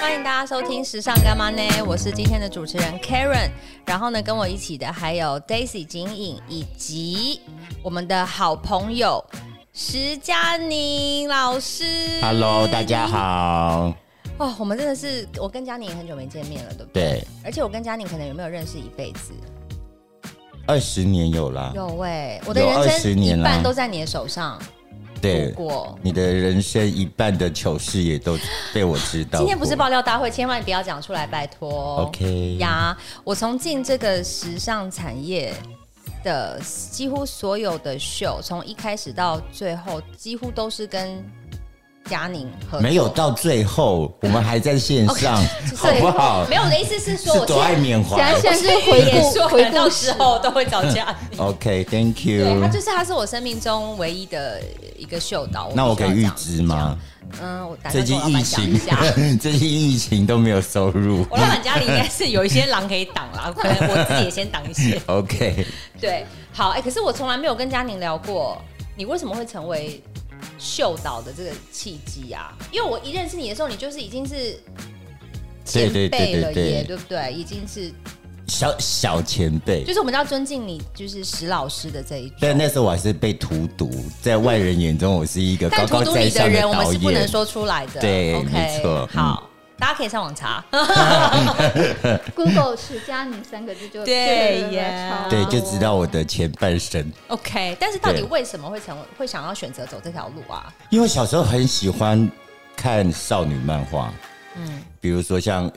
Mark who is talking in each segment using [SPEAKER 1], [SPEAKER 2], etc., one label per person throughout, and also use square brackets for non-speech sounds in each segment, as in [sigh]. [SPEAKER 1] 欢迎大家收听《时尚干嘛呢》，我是今天的主持人 Karen，然后呢，跟我一起的还有 Daisy 景颖以及我们的好朋友石佳宁老师。
[SPEAKER 2] Hello，大家。好。
[SPEAKER 1] 哦，我们真的是，我跟佳宁也很久没见面了，对不对？
[SPEAKER 2] 对，
[SPEAKER 1] 而且我跟佳宁可能有没有认识一辈子？
[SPEAKER 2] 二十年有啦。
[SPEAKER 1] 有哎、我的
[SPEAKER 2] 啊有
[SPEAKER 1] 人生
[SPEAKER 2] 20年
[SPEAKER 1] 一
[SPEAKER 2] 啦
[SPEAKER 1] 半都在你的手上度
[SPEAKER 2] 对，
[SPEAKER 1] 过。
[SPEAKER 2] 你的人生一半的糗事也都被我知道过。
[SPEAKER 1] 今天不是爆料大会，千万不要讲出来，拜托。
[SPEAKER 2] OK
[SPEAKER 1] 呀，我从进这个时尚产业的几乎所有的秀，从一开始到最后，几乎都是跟佳宁合作。
[SPEAKER 2] 没有到最后，我们还在线上
[SPEAKER 1] 就是
[SPEAKER 2] [laughs] 好不好
[SPEAKER 1] 没有，我的意思是说，
[SPEAKER 2] 是
[SPEAKER 1] 我
[SPEAKER 2] 多爱缅怀
[SPEAKER 3] 现在是
[SPEAKER 1] 也
[SPEAKER 3] 回
[SPEAKER 1] 说
[SPEAKER 3] 顾
[SPEAKER 1] 可能
[SPEAKER 3] 回
[SPEAKER 1] 到
[SPEAKER 3] 顾
[SPEAKER 1] 时
[SPEAKER 3] 时，
[SPEAKER 1] 候都会找佳
[SPEAKER 2] [laughs]
[SPEAKER 1] 宁。
[SPEAKER 2] ？OK，Thank
[SPEAKER 1] 对，他
[SPEAKER 2] you
[SPEAKER 1] 就。是他是我生命中唯一的一个秀导。
[SPEAKER 2] 那我
[SPEAKER 1] 必
[SPEAKER 2] 可
[SPEAKER 1] 须
[SPEAKER 2] 以预
[SPEAKER 1] 要这样
[SPEAKER 2] 知吗？
[SPEAKER 1] 讲？嗯，我打
[SPEAKER 2] 最
[SPEAKER 1] 算跟
[SPEAKER 2] 近
[SPEAKER 1] 我老
[SPEAKER 2] 疫
[SPEAKER 1] 板讲一
[SPEAKER 2] 情
[SPEAKER 1] 下。，
[SPEAKER 2] [laughs] 最近疫情都没有收入。
[SPEAKER 1] 我老板家里应该是有一些狼可以挡啦，可能我自己也先挡一些。
[SPEAKER 2] [laughs] OK，
[SPEAKER 1] 对，好，哎、可是我从来没有跟佳宁聊过，你为什么会成为秀导的这个契机啊？因为我一认识你的时候，你就是已经是前
[SPEAKER 2] 对对
[SPEAKER 1] 辈
[SPEAKER 2] 对
[SPEAKER 1] 了耶，
[SPEAKER 2] 对对，
[SPEAKER 1] 对不对？已经是，
[SPEAKER 2] 小小前辈
[SPEAKER 1] 就。是我们要尊敬你，就是石老师的这一
[SPEAKER 2] 但
[SPEAKER 1] 种。
[SPEAKER 2] 那时候我还是被荼毒，在外人眼中我是一个高
[SPEAKER 1] 但荼
[SPEAKER 2] 高
[SPEAKER 1] 毒
[SPEAKER 2] 在
[SPEAKER 1] 你的
[SPEAKER 2] 上
[SPEAKER 1] 人，我们
[SPEAKER 2] 导
[SPEAKER 1] 是不能
[SPEAKER 2] 演。
[SPEAKER 1] 说出来的。
[SPEAKER 2] 对
[SPEAKER 1] o k
[SPEAKER 2] 没错
[SPEAKER 1] 好，大家可以上网查。
[SPEAKER 3] Google 是加你三个字就
[SPEAKER 1] 对
[SPEAKER 3] 对
[SPEAKER 1] 耶
[SPEAKER 3] 超
[SPEAKER 2] 对，就知道我的前半生。
[SPEAKER 1] OK，但是到底
[SPEAKER 2] 对
[SPEAKER 1] 为什么会成为会想要选择走这条路啊？
[SPEAKER 2] 因为小时候很喜欢看少女漫画，
[SPEAKER 1] 嗯
[SPEAKER 2] 嗯，比如说像《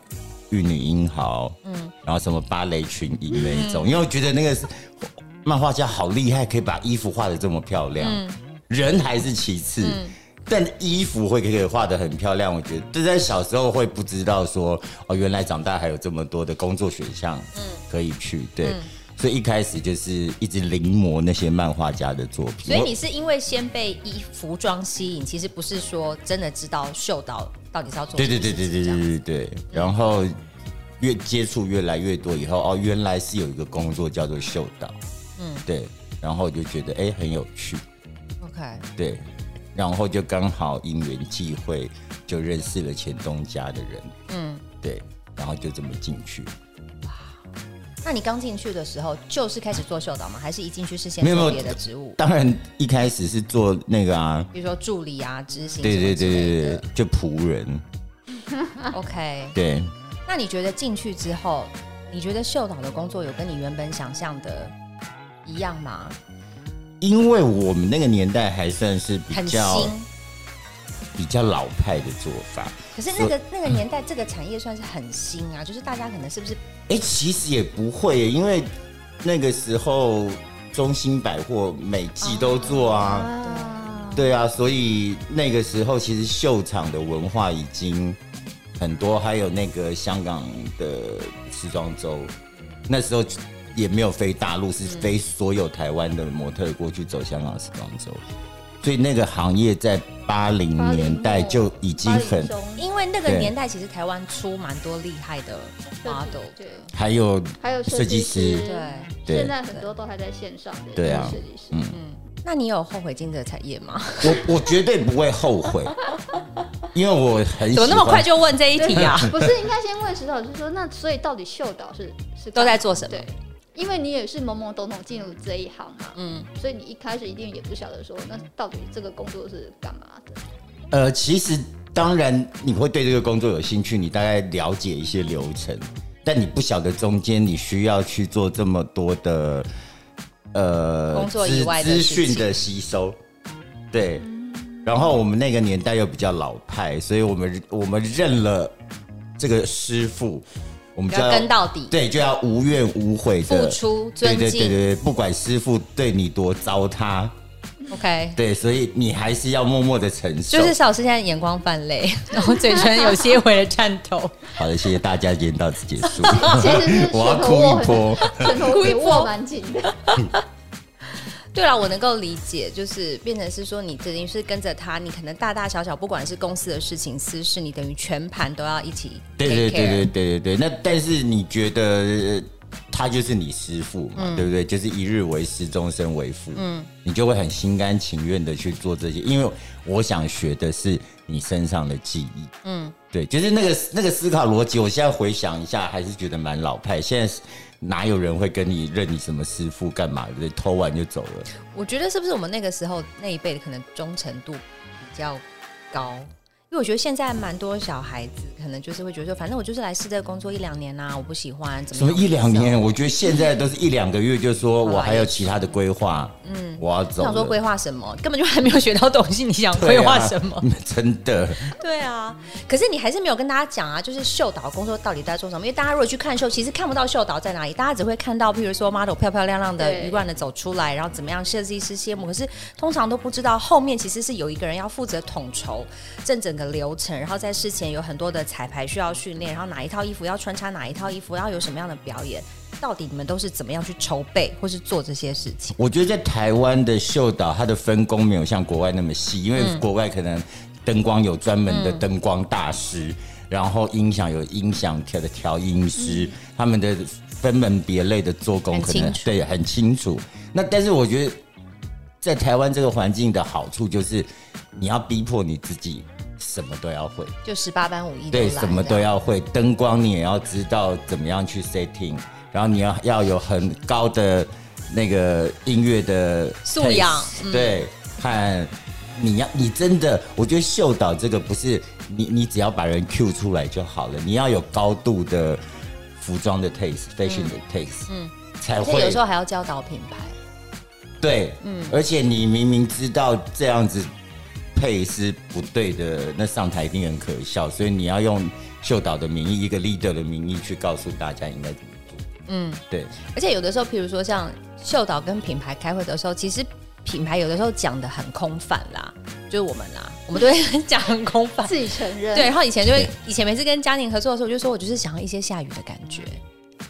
[SPEAKER 2] 玉女英豪》，嗯，然后什么芭蕾群英那一种，因为我觉得那个是漫画家好厉害，可以把衣服画的这么漂亮，人还是其次。但衣服会可以画的很漂亮，我觉得，但在小时候会不知道说，哦，原来长大还有这么多的工作选项，嗯，可以去，对，所以一开始就是一直临摹那些漫画家的作品。
[SPEAKER 1] 所以
[SPEAKER 2] 我
[SPEAKER 1] 你是因为先被衣服装吸引，其实不是说真的知道秀导到底是要做
[SPEAKER 2] 对
[SPEAKER 1] 什
[SPEAKER 2] 对
[SPEAKER 1] 么
[SPEAKER 2] 对
[SPEAKER 1] 事情
[SPEAKER 2] 对对
[SPEAKER 1] 这样
[SPEAKER 2] 对对对。然后越接触越来越多以后，哦，原来是有一个工作叫做秀导，嗯，对。然后我就觉得哎、很有趣，
[SPEAKER 1] OK，
[SPEAKER 2] 对。然后就刚好因缘际会，就认识了前东家的人，
[SPEAKER 1] 嗯，
[SPEAKER 2] 对。然后就这么进去，
[SPEAKER 1] 那你刚进去的时候就是开始做秀导吗？还是一进去是先
[SPEAKER 2] 没有
[SPEAKER 1] 做
[SPEAKER 2] 没
[SPEAKER 1] 别
[SPEAKER 2] 有
[SPEAKER 1] 的职务，
[SPEAKER 2] 当然一开始是做那个啊，
[SPEAKER 1] 比如说助理啊、执行
[SPEAKER 2] 对
[SPEAKER 1] 什么
[SPEAKER 2] 对
[SPEAKER 1] 之
[SPEAKER 2] 对
[SPEAKER 1] 类
[SPEAKER 2] 对
[SPEAKER 1] 的
[SPEAKER 2] 对，就仆人，
[SPEAKER 1] OK，
[SPEAKER 2] 对。
[SPEAKER 1] 那你觉得进去之后，你觉得秀导的工作有跟你原本想象的一样吗？
[SPEAKER 2] 因为我们那个年代还算是比
[SPEAKER 1] 很新，
[SPEAKER 2] 较比较老派的做法，
[SPEAKER 1] 可是那个那个年代这个产业算是很新啊，就是大家可能是不是
[SPEAKER 2] 哎、其实也不会耶，因为那个时候中兴百货每季都做啊，
[SPEAKER 3] 啊，
[SPEAKER 2] 对啊，所以那个时候其实秀场的文化已经很多，还有那个香港的时装周，那时候也没有飞大陆，是飞所有台湾的模特过去走香港时装周，所以那个行业在八零
[SPEAKER 3] 80
[SPEAKER 2] 年代就已经
[SPEAKER 3] 八
[SPEAKER 2] 很
[SPEAKER 3] 零中
[SPEAKER 1] 因为那个
[SPEAKER 2] 对
[SPEAKER 1] 年代其实台湾出蛮多厉害的 model
[SPEAKER 3] 对，
[SPEAKER 2] 还有
[SPEAKER 3] 还有
[SPEAKER 2] 设计师
[SPEAKER 3] 师，
[SPEAKER 1] 对。
[SPEAKER 2] 对
[SPEAKER 3] 现在很多都还在线上的
[SPEAKER 2] 对啊
[SPEAKER 3] 设计师，
[SPEAKER 2] 嗯
[SPEAKER 1] 那你有后悔进这个产业吗？
[SPEAKER 2] 我我绝对不会后悔，因为我很喜
[SPEAKER 1] 怎么
[SPEAKER 2] 欢
[SPEAKER 1] 那么快就问这一题
[SPEAKER 2] [laughs]
[SPEAKER 1] 啊？
[SPEAKER 3] 不是应该先问石导，就是说那所以到底秀导是是
[SPEAKER 1] 都在做什么
[SPEAKER 3] 对？，因为你也是懵懵懂懂进入这一行嘛，
[SPEAKER 1] 嗯，
[SPEAKER 3] 所以你一开始一定也不晓得说那到底这个工作是干嘛
[SPEAKER 2] [laughs]
[SPEAKER 3] 的，
[SPEAKER 2] 呃，其实当然你会对这个工作有兴趣，你大概了解一些流程，但你不晓得中间你需要去做这么多的呃
[SPEAKER 1] 工作以
[SPEAKER 2] 资
[SPEAKER 1] 外的
[SPEAKER 2] 资
[SPEAKER 1] 事
[SPEAKER 2] 讯
[SPEAKER 1] 情
[SPEAKER 2] 的吸收，对。然后我们那个年代又比较老派，所以我们我们认了这个师傅，我们就
[SPEAKER 1] 要跟到底，
[SPEAKER 2] 对，就要无怨无悔
[SPEAKER 1] 付
[SPEAKER 2] 的
[SPEAKER 1] 出、尊
[SPEAKER 2] 对对对对
[SPEAKER 1] 敬。
[SPEAKER 2] 对，不管师傅对你多糟蹋，
[SPEAKER 1] OK，
[SPEAKER 2] 对，所以你还是要默默的承受。
[SPEAKER 1] 就是小师现在眼光泛泪， [laughs] 然后嘴唇有些微的颤抖。
[SPEAKER 2] 好的，谢谢大家，今天到此结束。
[SPEAKER 3] 其实是
[SPEAKER 2] [laughs] 我要
[SPEAKER 3] 拳头
[SPEAKER 2] 哭
[SPEAKER 3] 握
[SPEAKER 2] 一
[SPEAKER 3] 很，
[SPEAKER 2] 波。
[SPEAKER 3] 拳头
[SPEAKER 1] 哭一
[SPEAKER 3] 给
[SPEAKER 1] 波
[SPEAKER 3] 握蛮紧的。
[SPEAKER 1] [laughs] [laughs] 对了，我能够理解，就是变成是说你等于是跟着他，你可能大大小小，不管是公司的事情、私事，你等于全盘都要一起 take care。
[SPEAKER 2] 对对对对对对对。那但是你觉得呃他就是你师傅嘛，对不对？就是一日为师，终身为父。嗯，你就会很心甘情愿的去做这些，因为我想学的是你身上的技艺。嗯，对，就是那个那个思考逻辑，我现在回想一下，还是觉得蛮老派。现在哪有人会跟你认你什么师傅干嘛？对不对？偷完就走了。
[SPEAKER 1] 我觉得是不是我们那个时候那一辈的可能忠诚度比较高？因为我觉得现在蛮多小孩子可能就是会觉得说，反正我就是来试这个工作一两年啦、啊我不喜欢怎
[SPEAKER 2] 什
[SPEAKER 1] 么
[SPEAKER 2] 么
[SPEAKER 1] 样
[SPEAKER 2] 一两年？
[SPEAKER 1] 怎么样
[SPEAKER 2] 我觉得现在都是一两个月，就说
[SPEAKER 1] 啊好啦
[SPEAKER 2] 我还有其他的规划，嗯，我要
[SPEAKER 1] 我
[SPEAKER 2] 走了。
[SPEAKER 1] 想说规划什么，根本就还没有学到东西，你想
[SPEAKER 2] 对
[SPEAKER 1] 规
[SPEAKER 2] 啊
[SPEAKER 1] 划什么？？
[SPEAKER 2] [laughs] 真的，
[SPEAKER 1] 对啊，可是你还是没有跟大家讲啊，就是秀导工作到底在做什么？因为大家如果去看秀，其实看不到秀导在哪里，大家只会看到，譬如说 model 漂漂亮亮的、
[SPEAKER 3] 对
[SPEAKER 1] 鱼贯的走出来，然后怎么样设计师 CM，可是通常都不知道后面其实是有一个人要负责统筹这整个流程，然后在事前有很多的彩排需要训练，然后哪一套衣服要穿插哪一套衣服，要有什么样的表演，到底你们都是怎么样去筹备或是做这些事情？
[SPEAKER 2] 我觉得在台湾的秀导，它的分工没有像国外那么细，因为
[SPEAKER 1] 嗯
[SPEAKER 2] 国外可能灯光有专门的灯光大师，然后音响有音响调的调音师，他们的分门别类的做工
[SPEAKER 1] 嗯很
[SPEAKER 2] 可
[SPEAKER 1] 清
[SPEAKER 2] 能
[SPEAKER 1] 楚
[SPEAKER 2] 对很清楚。那但是我觉得在台湾这个环境的好处就是，你要逼迫你自己什么都要会。
[SPEAKER 1] 就十八般武艺都来
[SPEAKER 2] 对，什么
[SPEAKER 1] 这
[SPEAKER 2] 都
[SPEAKER 1] 样
[SPEAKER 2] 要会，灯光你也要知道怎么样去 setting，然后你要要有很高的那个音乐的
[SPEAKER 1] 素养嗯
[SPEAKER 2] taste，对，和你要你真的，我觉得秀导这个不是你你只要把人 Q 出来就好了，你要有高度的服装的 taste，fashion 的 taste，嗯，才
[SPEAKER 1] 而
[SPEAKER 2] 会
[SPEAKER 1] 且有时候还要教导品牌。
[SPEAKER 2] 对，
[SPEAKER 1] 嗯
[SPEAKER 2] 而且你明明知道这样子配是不对的，那上台一定很可笑，所以你要用秀导的名义，一个 leader 的名义去告诉大家应该怎么做。嗯，对，
[SPEAKER 1] 而且有的时候，譬如说像秀导跟品牌开会的时候，其实品牌有的时候讲的很空泛啦，就是我们啦，我们都会讲很空泛。
[SPEAKER 3] 自己承认。
[SPEAKER 1] 对，然后以前就会，以前每次跟佳宁合作的时候，我就说我就是想要一些下雨的感觉，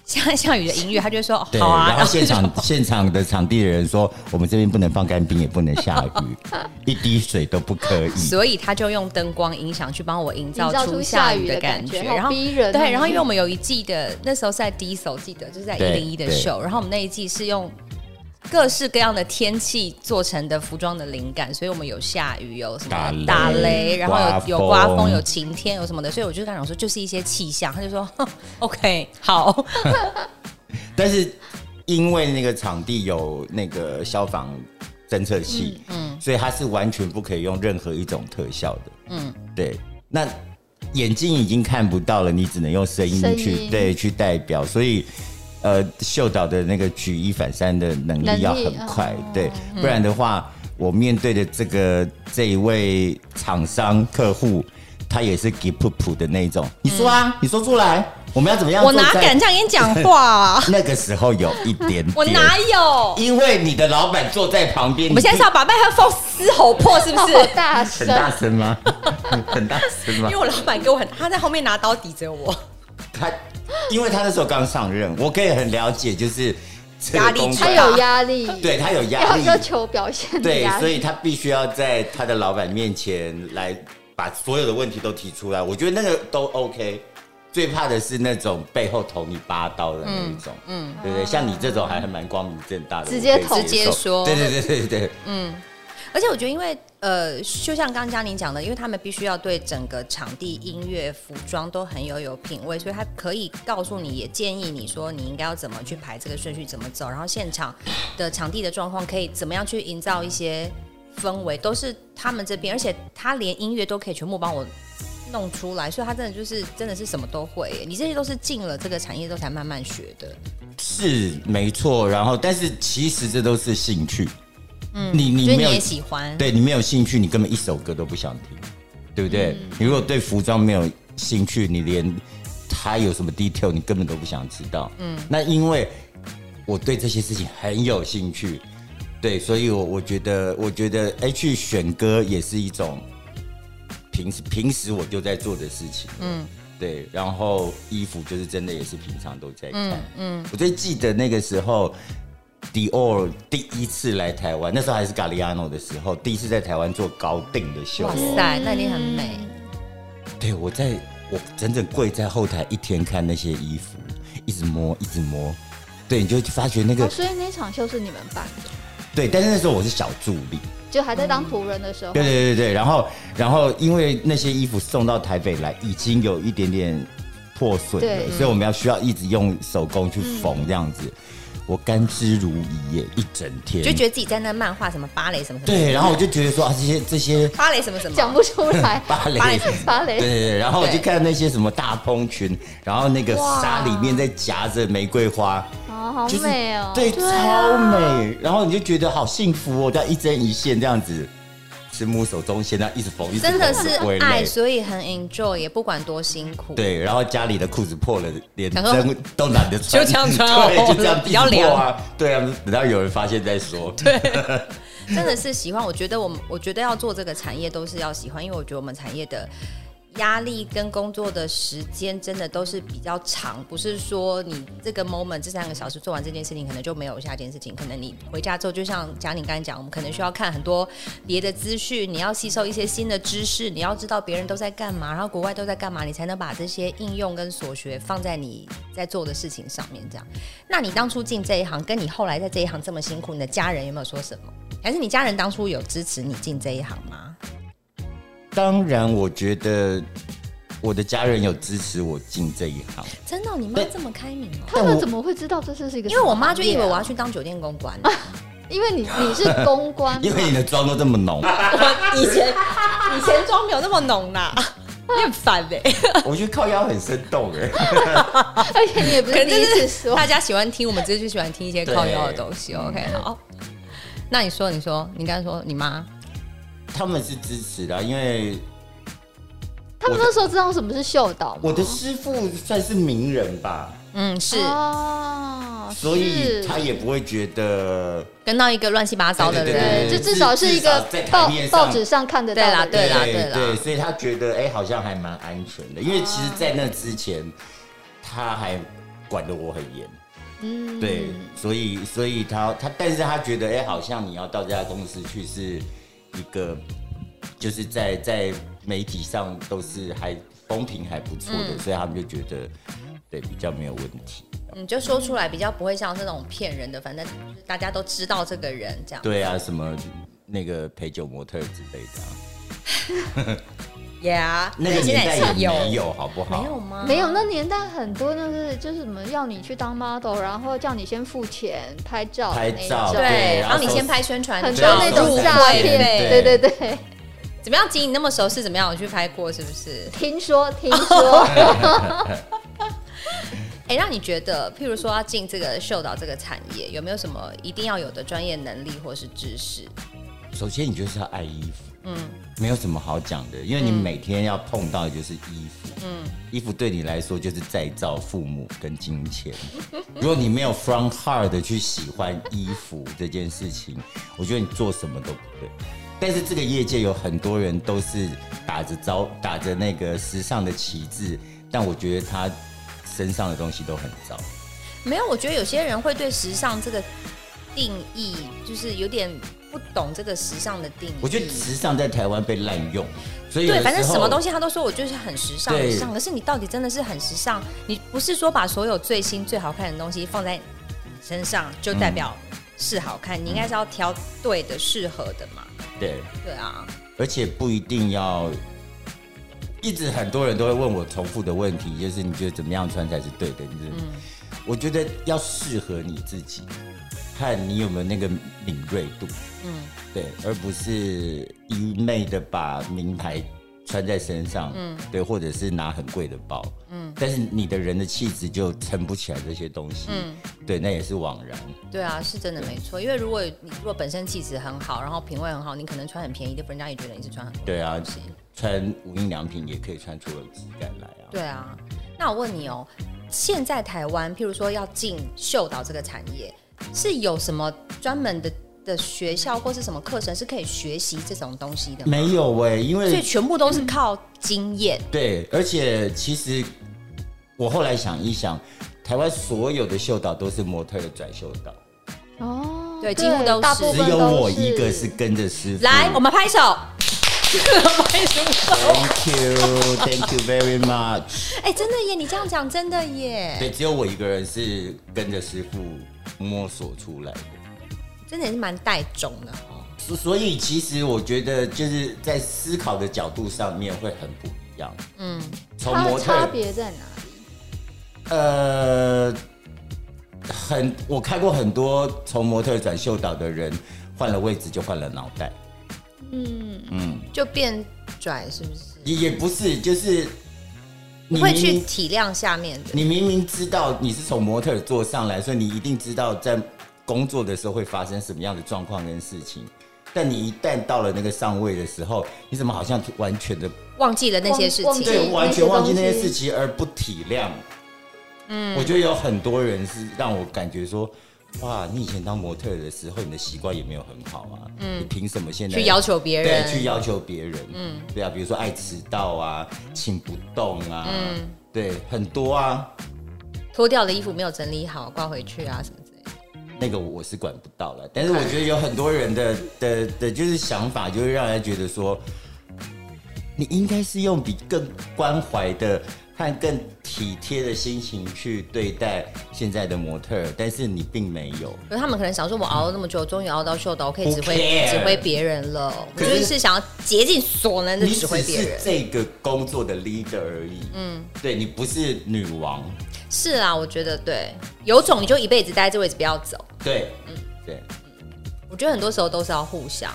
[SPEAKER 1] 下下雨的音乐，他就会说哦
[SPEAKER 2] 对。
[SPEAKER 1] 好啊，
[SPEAKER 2] 然后现
[SPEAKER 1] 就
[SPEAKER 2] 场现场的场地的人说，我们这边不能放干冰，也不能
[SPEAKER 1] [laughs]
[SPEAKER 2] 下雨，一滴水都不可以。
[SPEAKER 1] 所以他就用灯光音响去帮我营造
[SPEAKER 3] 营造
[SPEAKER 1] 出
[SPEAKER 3] 出
[SPEAKER 1] 下
[SPEAKER 3] 下
[SPEAKER 1] 雨
[SPEAKER 3] 雨
[SPEAKER 1] 的
[SPEAKER 3] 的
[SPEAKER 1] 感
[SPEAKER 3] 感
[SPEAKER 1] 觉，
[SPEAKER 3] 觉
[SPEAKER 1] 然后
[SPEAKER 3] 好逼人哦
[SPEAKER 1] 对，然后因为我们有一季的那时候是在第一手，记得就是在一
[SPEAKER 2] 对
[SPEAKER 1] 零一的
[SPEAKER 2] 对
[SPEAKER 1] 秀，然后我们那一季是用各式各样的天气做成的服装的灵感，所以我们有下雨，有什
[SPEAKER 2] 打
[SPEAKER 1] 么
[SPEAKER 2] 雷
[SPEAKER 1] 打雷，然后
[SPEAKER 2] 刮
[SPEAKER 1] 有有刮风，
[SPEAKER 2] 风
[SPEAKER 1] 有晴天，有什么的，所以我就跟他讲说就是一些气象，他就说哼 OK 好，
[SPEAKER 2] 但是因为那个场地有那个消防侦测器，嗯，所以它是完全不可以用任何一种特效的，嗯，对。那眼睛已经看不到了，你只能用声音
[SPEAKER 3] 声
[SPEAKER 2] 去
[SPEAKER 3] 音
[SPEAKER 2] 对去代表，所以。呃，秀导的那个举一反三的能
[SPEAKER 3] 能
[SPEAKER 2] 力
[SPEAKER 3] 力
[SPEAKER 2] 要很快，
[SPEAKER 3] 哦
[SPEAKER 2] 对，不然的话，我面对的这个这一位厂商客户，他也是给普普的那种。你说
[SPEAKER 3] 嗯
[SPEAKER 2] 啊，你说出来，我们要怎么样
[SPEAKER 1] 我
[SPEAKER 2] 做
[SPEAKER 1] 哪
[SPEAKER 2] 才？
[SPEAKER 1] 敢这样跟你讲话
[SPEAKER 2] [laughs]
[SPEAKER 1] 啊，
[SPEAKER 2] 那个时候有一点点，
[SPEAKER 1] 我哪有？
[SPEAKER 2] 因为你的老板坐在旁边，
[SPEAKER 1] 我们现在是要把麦克风嘶吼破，是不
[SPEAKER 3] 好
[SPEAKER 1] 是？
[SPEAKER 3] [laughs] 大
[SPEAKER 2] 很
[SPEAKER 3] 声，
[SPEAKER 2] 大声吗？ [laughs] 很大声吗
[SPEAKER 1] 因为？我老板给我很，他在后面拿刀抵着 [laughs] 我。
[SPEAKER 2] 他，因为他那时候刚上任，我可以很了解，就是这
[SPEAKER 1] 压
[SPEAKER 2] 个
[SPEAKER 1] 力
[SPEAKER 2] 工作
[SPEAKER 3] 他有压力，
[SPEAKER 2] 对他有压
[SPEAKER 3] 要
[SPEAKER 2] 力，
[SPEAKER 3] 要求表现的
[SPEAKER 2] 对
[SPEAKER 3] 压，
[SPEAKER 2] 所
[SPEAKER 3] 力。
[SPEAKER 2] 以他必须要在他的老板面前来把所有的问题都提出来。我觉得那个都 OK，最怕的是那种背后捅你八刀的那一种，嗯，对不对？像你这种还还蛮光明正大的，
[SPEAKER 3] 直接
[SPEAKER 2] 我可以
[SPEAKER 3] 捅
[SPEAKER 2] 接
[SPEAKER 1] 直接
[SPEAKER 2] 受
[SPEAKER 1] 说
[SPEAKER 2] 对对对对对，
[SPEAKER 1] 而且我觉得，因为呃，就像刚刚嘉宁讲的，因为他们必须要对整个场地、音乐、服装都很有有品味，所以他可以告诉你，也建议你说你应该要怎么去排这个顺序，怎么走，然后现场的场地的状况可以怎么样去营造一些氛围，都是他们这边，而且他连音乐都可以全部帮我。弄出来，所以他真的就是真的是什么都会耶，你这些都是进了这个产业之后才慢慢学的。
[SPEAKER 2] 是没错，然后但是其实这都是兴趣，嗯，你
[SPEAKER 1] 就是
[SPEAKER 2] 你没
[SPEAKER 1] 你
[SPEAKER 2] 有
[SPEAKER 1] 也喜欢，
[SPEAKER 2] 对你没有兴趣，你根本一首歌都不想听，对不
[SPEAKER 1] 嗯
[SPEAKER 2] 对？你如果对服装没有兴趣，你连它有什么 detail 你根本都不想知道，嗯，那因为我对这些事情很有兴趣，对，所以我我觉得我觉得哎去选歌也是一种平时平时我就在做的事情，嗯，对，然后衣服就是真的也是平常都在看，嗯，我最记得那个时候。迪奥第一次来台湾，那时候还是咖利亚诺的时候，第一次在台湾做高定的秀
[SPEAKER 1] 哇。塞，那一定很美。
[SPEAKER 2] 对，我在我整整跪在后台一天看那些衣服，一直摸，一直摸，对，你就发觉那
[SPEAKER 3] 哦
[SPEAKER 2] 个
[SPEAKER 3] 所以那场秀是你们办的，
[SPEAKER 2] 对，但是那时候我是小助理，
[SPEAKER 3] 就还在当仆人的时候，
[SPEAKER 2] 对对对对，然后然后因为那些衣服送到台北来，已经有一点点破损
[SPEAKER 3] 对
[SPEAKER 2] 了，所以我们要需要一直用手工去缝这样子。我甘之如饴耶，一整天
[SPEAKER 1] 就觉得自己在那漫画什么芭蕾什么什么，
[SPEAKER 2] 对，然后我就觉得说啊，这些这些。
[SPEAKER 1] 芭蕾什么什么，
[SPEAKER 3] [laughs] 讲不出来
[SPEAKER 2] [laughs] 芭蕾
[SPEAKER 1] 芭蕾
[SPEAKER 3] 芭
[SPEAKER 2] 对对
[SPEAKER 3] 蕾，
[SPEAKER 2] 对，然后我就
[SPEAKER 1] 对
[SPEAKER 2] 看那些什么大蓬裙，然后那个
[SPEAKER 3] 哇
[SPEAKER 2] 纱里面再夹着玫瑰花，
[SPEAKER 3] 哦，好
[SPEAKER 2] 就是
[SPEAKER 3] 美哦。
[SPEAKER 2] 对，
[SPEAKER 1] 对啊
[SPEAKER 2] 超美。然后你就觉得好幸福哦，这样一针一线这样子，是木手中线，那一直缝，一直缝
[SPEAKER 1] 真的是
[SPEAKER 2] 不会
[SPEAKER 1] 爱，
[SPEAKER 2] 累
[SPEAKER 1] 所以很 enjoy，也不管多辛苦。
[SPEAKER 2] 对，然后家里的裤子破了，连
[SPEAKER 1] 想说
[SPEAKER 2] 针都懒得穿，
[SPEAKER 1] 就这样穿哦
[SPEAKER 2] [laughs] 对，就这样
[SPEAKER 1] 比较
[SPEAKER 2] 一直破啊。对啊，等到有人发现再说。对，
[SPEAKER 1] 真的是喜欢。我觉得我们，我觉得要做这个产业都是要喜欢，因为我觉得我们产业的压力跟工作的时间真的都是比较长，不是说你这个 moment 这三个小时做完这件事情，可能就没有下一件事情。可能你回家之后，就像贾宁刚才讲，我们可能需要看很多别的资讯，你要吸收一些新的知识，你要知道别人都在干嘛，然后国外都在干嘛，你才能把这些应用跟所学放在你在做的事情上面。这样，那你当初进这一行，跟你后来在这一行这么辛苦，你的家人有没有说什么？还是你家人当初有支持你进这一行吗？
[SPEAKER 2] 当然，我觉得我的家人有支持我进这一行。
[SPEAKER 1] 真的哦、你妈
[SPEAKER 2] 对
[SPEAKER 1] 这么开明哦、
[SPEAKER 3] 他
[SPEAKER 2] 但
[SPEAKER 3] 们
[SPEAKER 2] 我
[SPEAKER 3] 怎么会知道这是是一个？
[SPEAKER 1] 因为我妈就以为我要，去当酒店公关，
[SPEAKER 3] 啊因为你你是公关嘛，
[SPEAKER 2] [laughs] 因为你的妆都这
[SPEAKER 1] [laughs]
[SPEAKER 2] 么浓，
[SPEAKER 1] 我以前以前妆没有那么浓 [laughs] 啦，你很烦哎、
[SPEAKER 2] 我觉得靠腰很生动哎、
[SPEAKER 3] [laughs] 而且你也不
[SPEAKER 1] 可
[SPEAKER 3] 是
[SPEAKER 1] 能
[SPEAKER 3] 第一
[SPEAKER 1] 就
[SPEAKER 3] 次
[SPEAKER 1] 是
[SPEAKER 3] 说，
[SPEAKER 1] 大家喜欢听，我们只是就喜欢听一些靠腰的东西。OK，好，那你说，你说，你刚才说你妈，
[SPEAKER 2] 他们是支持的啊，因为
[SPEAKER 3] 他们那时候知道什么是秀导吗？
[SPEAKER 2] 我的师傅算是名人吧，
[SPEAKER 1] 嗯，是
[SPEAKER 3] 哦，
[SPEAKER 2] 所以
[SPEAKER 3] 是
[SPEAKER 2] 他也不会觉得
[SPEAKER 1] 跟到一个乱七八糟的
[SPEAKER 2] 对
[SPEAKER 1] 人，
[SPEAKER 3] 对，就至少是一
[SPEAKER 2] 至
[SPEAKER 3] 个
[SPEAKER 2] 少在台
[SPEAKER 3] 报
[SPEAKER 2] 面上
[SPEAKER 3] 报纸上看得到
[SPEAKER 1] 对啦
[SPEAKER 3] 的人，
[SPEAKER 1] 对啦对
[SPEAKER 2] 对
[SPEAKER 1] 啦
[SPEAKER 2] 所以他觉得哎、好像还蛮安全的，因为其实，在那之前他还管得我很严。
[SPEAKER 3] 嗯
[SPEAKER 2] 对，所以所以他他，但是他觉得，哎、好像你要到这家公司去是一个，就是在在媒体上都是还风评还不错
[SPEAKER 1] 嗯
[SPEAKER 2] 的，所以他们就觉得，对，比较没有问题。
[SPEAKER 1] 你嗯就说出来比较不会像这种骗人的，反正就是大家都知道这个人这样。
[SPEAKER 2] 对啊，什么那个陪酒模特之类的啊、
[SPEAKER 1] Yeah，
[SPEAKER 2] 那个
[SPEAKER 1] 现在
[SPEAKER 2] 年代
[SPEAKER 1] 也
[SPEAKER 2] 也
[SPEAKER 1] 是有，
[SPEAKER 2] 没有，好不好？
[SPEAKER 1] 没有吗？
[SPEAKER 3] 没有，那年代很多就是就是什么要你去当 model，然后叫你先付钱拍照的那
[SPEAKER 2] 拍
[SPEAKER 3] 一
[SPEAKER 2] 照
[SPEAKER 3] 种，
[SPEAKER 1] 对，
[SPEAKER 2] 对
[SPEAKER 1] 然后你
[SPEAKER 2] 然后
[SPEAKER 1] 先拍宣传
[SPEAKER 3] 很多
[SPEAKER 1] 照，
[SPEAKER 3] 那
[SPEAKER 2] 入
[SPEAKER 3] 种
[SPEAKER 2] 会
[SPEAKER 3] 诈骗，
[SPEAKER 2] 对
[SPEAKER 3] 对对对，
[SPEAKER 1] 怎么样？吉你那么熟是怎么样？我去拍过是不是？
[SPEAKER 3] 听说听说，
[SPEAKER 1] 哎、让你觉得，譬如说要进这个秀导这个产业，有没有什么一定要有的专业能力或是知识？
[SPEAKER 2] 首先你就是要爱衣服，嗯，没有什么好讲的，因为你
[SPEAKER 1] 嗯
[SPEAKER 2] 每天要碰到的就是衣服，嗯，衣服对你来说就是再造父母跟金钱。 [laughs] 如果你没有 from heart 的去喜欢衣服这件事情，我觉得你做什么都不对。但是这个业界有很多人都是打着招打着那个时尚的旗帜，但我觉得他身上的东西都很糟。
[SPEAKER 1] 没有，我觉得有些人会对时尚这个定义，就是有点不懂这个时尚的定义。
[SPEAKER 2] 我觉得时尚在台湾被滥用，所以有
[SPEAKER 1] 对，
[SPEAKER 2] 的
[SPEAKER 1] 反正
[SPEAKER 2] 时候
[SPEAKER 1] 什么东西他都说我就是很时尚，
[SPEAKER 2] 对
[SPEAKER 1] 时尚。可是你到底真的是很时尚？你不是说把所有最新最好看的东西放在你身上就
[SPEAKER 2] 嗯
[SPEAKER 1] 代表是好看？你应该是要挑对的、适合的嘛。
[SPEAKER 2] 对。
[SPEAKER 1] 对啊，
[SPEAKER 2] 而且不一定要。一直很多人都会问我重复的问题，就是你觉得怎么样穿才是对的？你嗯，我觉得要适合你自己，看你有没有那个敏锐度。嗯，对，而不是一昧的把名牌穿在身上，嗯，对，或者是拿很贵的包，嗯，但是你的人的气质就撑不起来这些东西，嗯，对，那也是枉然。
[SPEAKER 1] 对啊，是真的没错。因为如果你如果本身气质很好，然后品味很好，你可能穿很便宜的，人家也觉得你是穿很贵。
[SPEAKER 2] 对啊，穿无印良品也可以穿出有质感来啊。
[SPEAKER 1] 对啊，那我问你哦，现在台湾譬如说要进秀导这个产业，是有什么专门的的学校或是什么课程是可以学习这种东西的吗？
[SPEAKER 2] 没有喂、因为
[SPEAKER 1] 所以全部都是靠经验。
[SPEAKER 2] 对，而且其实我后来想一想，台湾所有的秀导都是模特的转秀导，
[SPEAKER 3] [laughs] 哦，
[SPEAKER 1] 对几乎都是
[SPEAKER 3] 大部
[SPEAKER 2] 只
[SPEAKER 3] 分
[SPEAKER 2] 有
[SPEAKER 3] 都
[SPEAKER 2] 我一个是跟着师傅。嗯
[SPEAKER 1] 来，我们拍手。
[SPEAKER 2] Thank
[SPEAKER 3] 哦
[SPEAKER 2] you, thank you very much。
[SPEAKER 1] 哎、真的耶！你这样讲真的耶，
[SPEAKER 2] 对，只有我一个人是跟着师傅摸索出来的。
[SPEAKER 1] 真的也是蛮带种的。
[SPEAKER 2] 所所以，其实我觉得就是在思考的角度上面会很不一样。嗯，从
[SPEAKER 3] 它
[SPEAKER 2] 模
[SPEAKER 3] 的差
[SPEAKER 2] 特
[SPEAKER 3] 别在哪里？
[SPEAKER 2] 呃，很我看过很多从模特转秀导的人，换了位置就换了脑袋，
[SPEAKER 1] 就变拽是不是？
[SPEAKER 2] 也也不是，就是
[SPEAKER 1] 你会去体谅下面的，
[SPEAKER 2] 嗯你明明知道你是从模特儿做上来，所以你一定知道在工作的时候会发生什么样的状况跟事情。但你一旦到了那个上位的时候，你怎么好像完全的
[SPEAKER 1] 忘记了那些事
[SPEAKER 3] 忘
[SPEAKER 1] 情。
[SPEAKER 3] 忘记
[SPEAKER 2] 对完全忘记那些
[SPEAKER 3] 东西
[SPEAKER 2] 事情而不体谅？嗯，我觉得有很多人是让我感觉说，哇，你以前当模特儿的时候，你的习惯也没有很好啊，嗯，你凭什么现在
[SPEAKER 1] 去要求别人
[SPEAKER 2] 对，去要求别人，嗯，对啊，比如说爱迟到啊，
[SPEAKER 1] 嗯
[SPEAKER 2] 请不动啊，嗯，对，很多啊，
[SPEAKER 1] 脱掉的衣服没有整理好，挂回去啊什么之类的。
[SPEAKER 2] 那个我是管不到了，但是我觉得有很多人的的的，就是想法，就会让人觉得说，你应该是用比更关怀的和更体贴的心情去对待现在的模特儿，但是你并没有。
[SPEAKER 1] 可是他们可能想说，我熬了那么久，终于熬到秀导，我可以指
[SPEAKER 2] Who
[SPEAKER 1] 挥
[SPEAKER 2] care？
[SPEAKER 1] 指挥别人了。我
[SPEAKER 2] 可是
[SPEAKER 1] 就是想要竭尽所能的
[SPEAKER 2] 你
[SPEAKER 1] 指
[SPEAKER 2] 只
[SPEAKER 1] 挥别
[SPEAKER 2] 是
[SPEAKER 1] 人。
[SPEAKER 2] 这个工作的 leader 而已，嗯，对你不是女王，
[SPEAKER 1] 是啊，我觉得对，有种你就一辈子待在这位置，不要走。
[SPEAKER 2] 对，对
[SPEAKER 1] 我觉得很多时候都是要互相，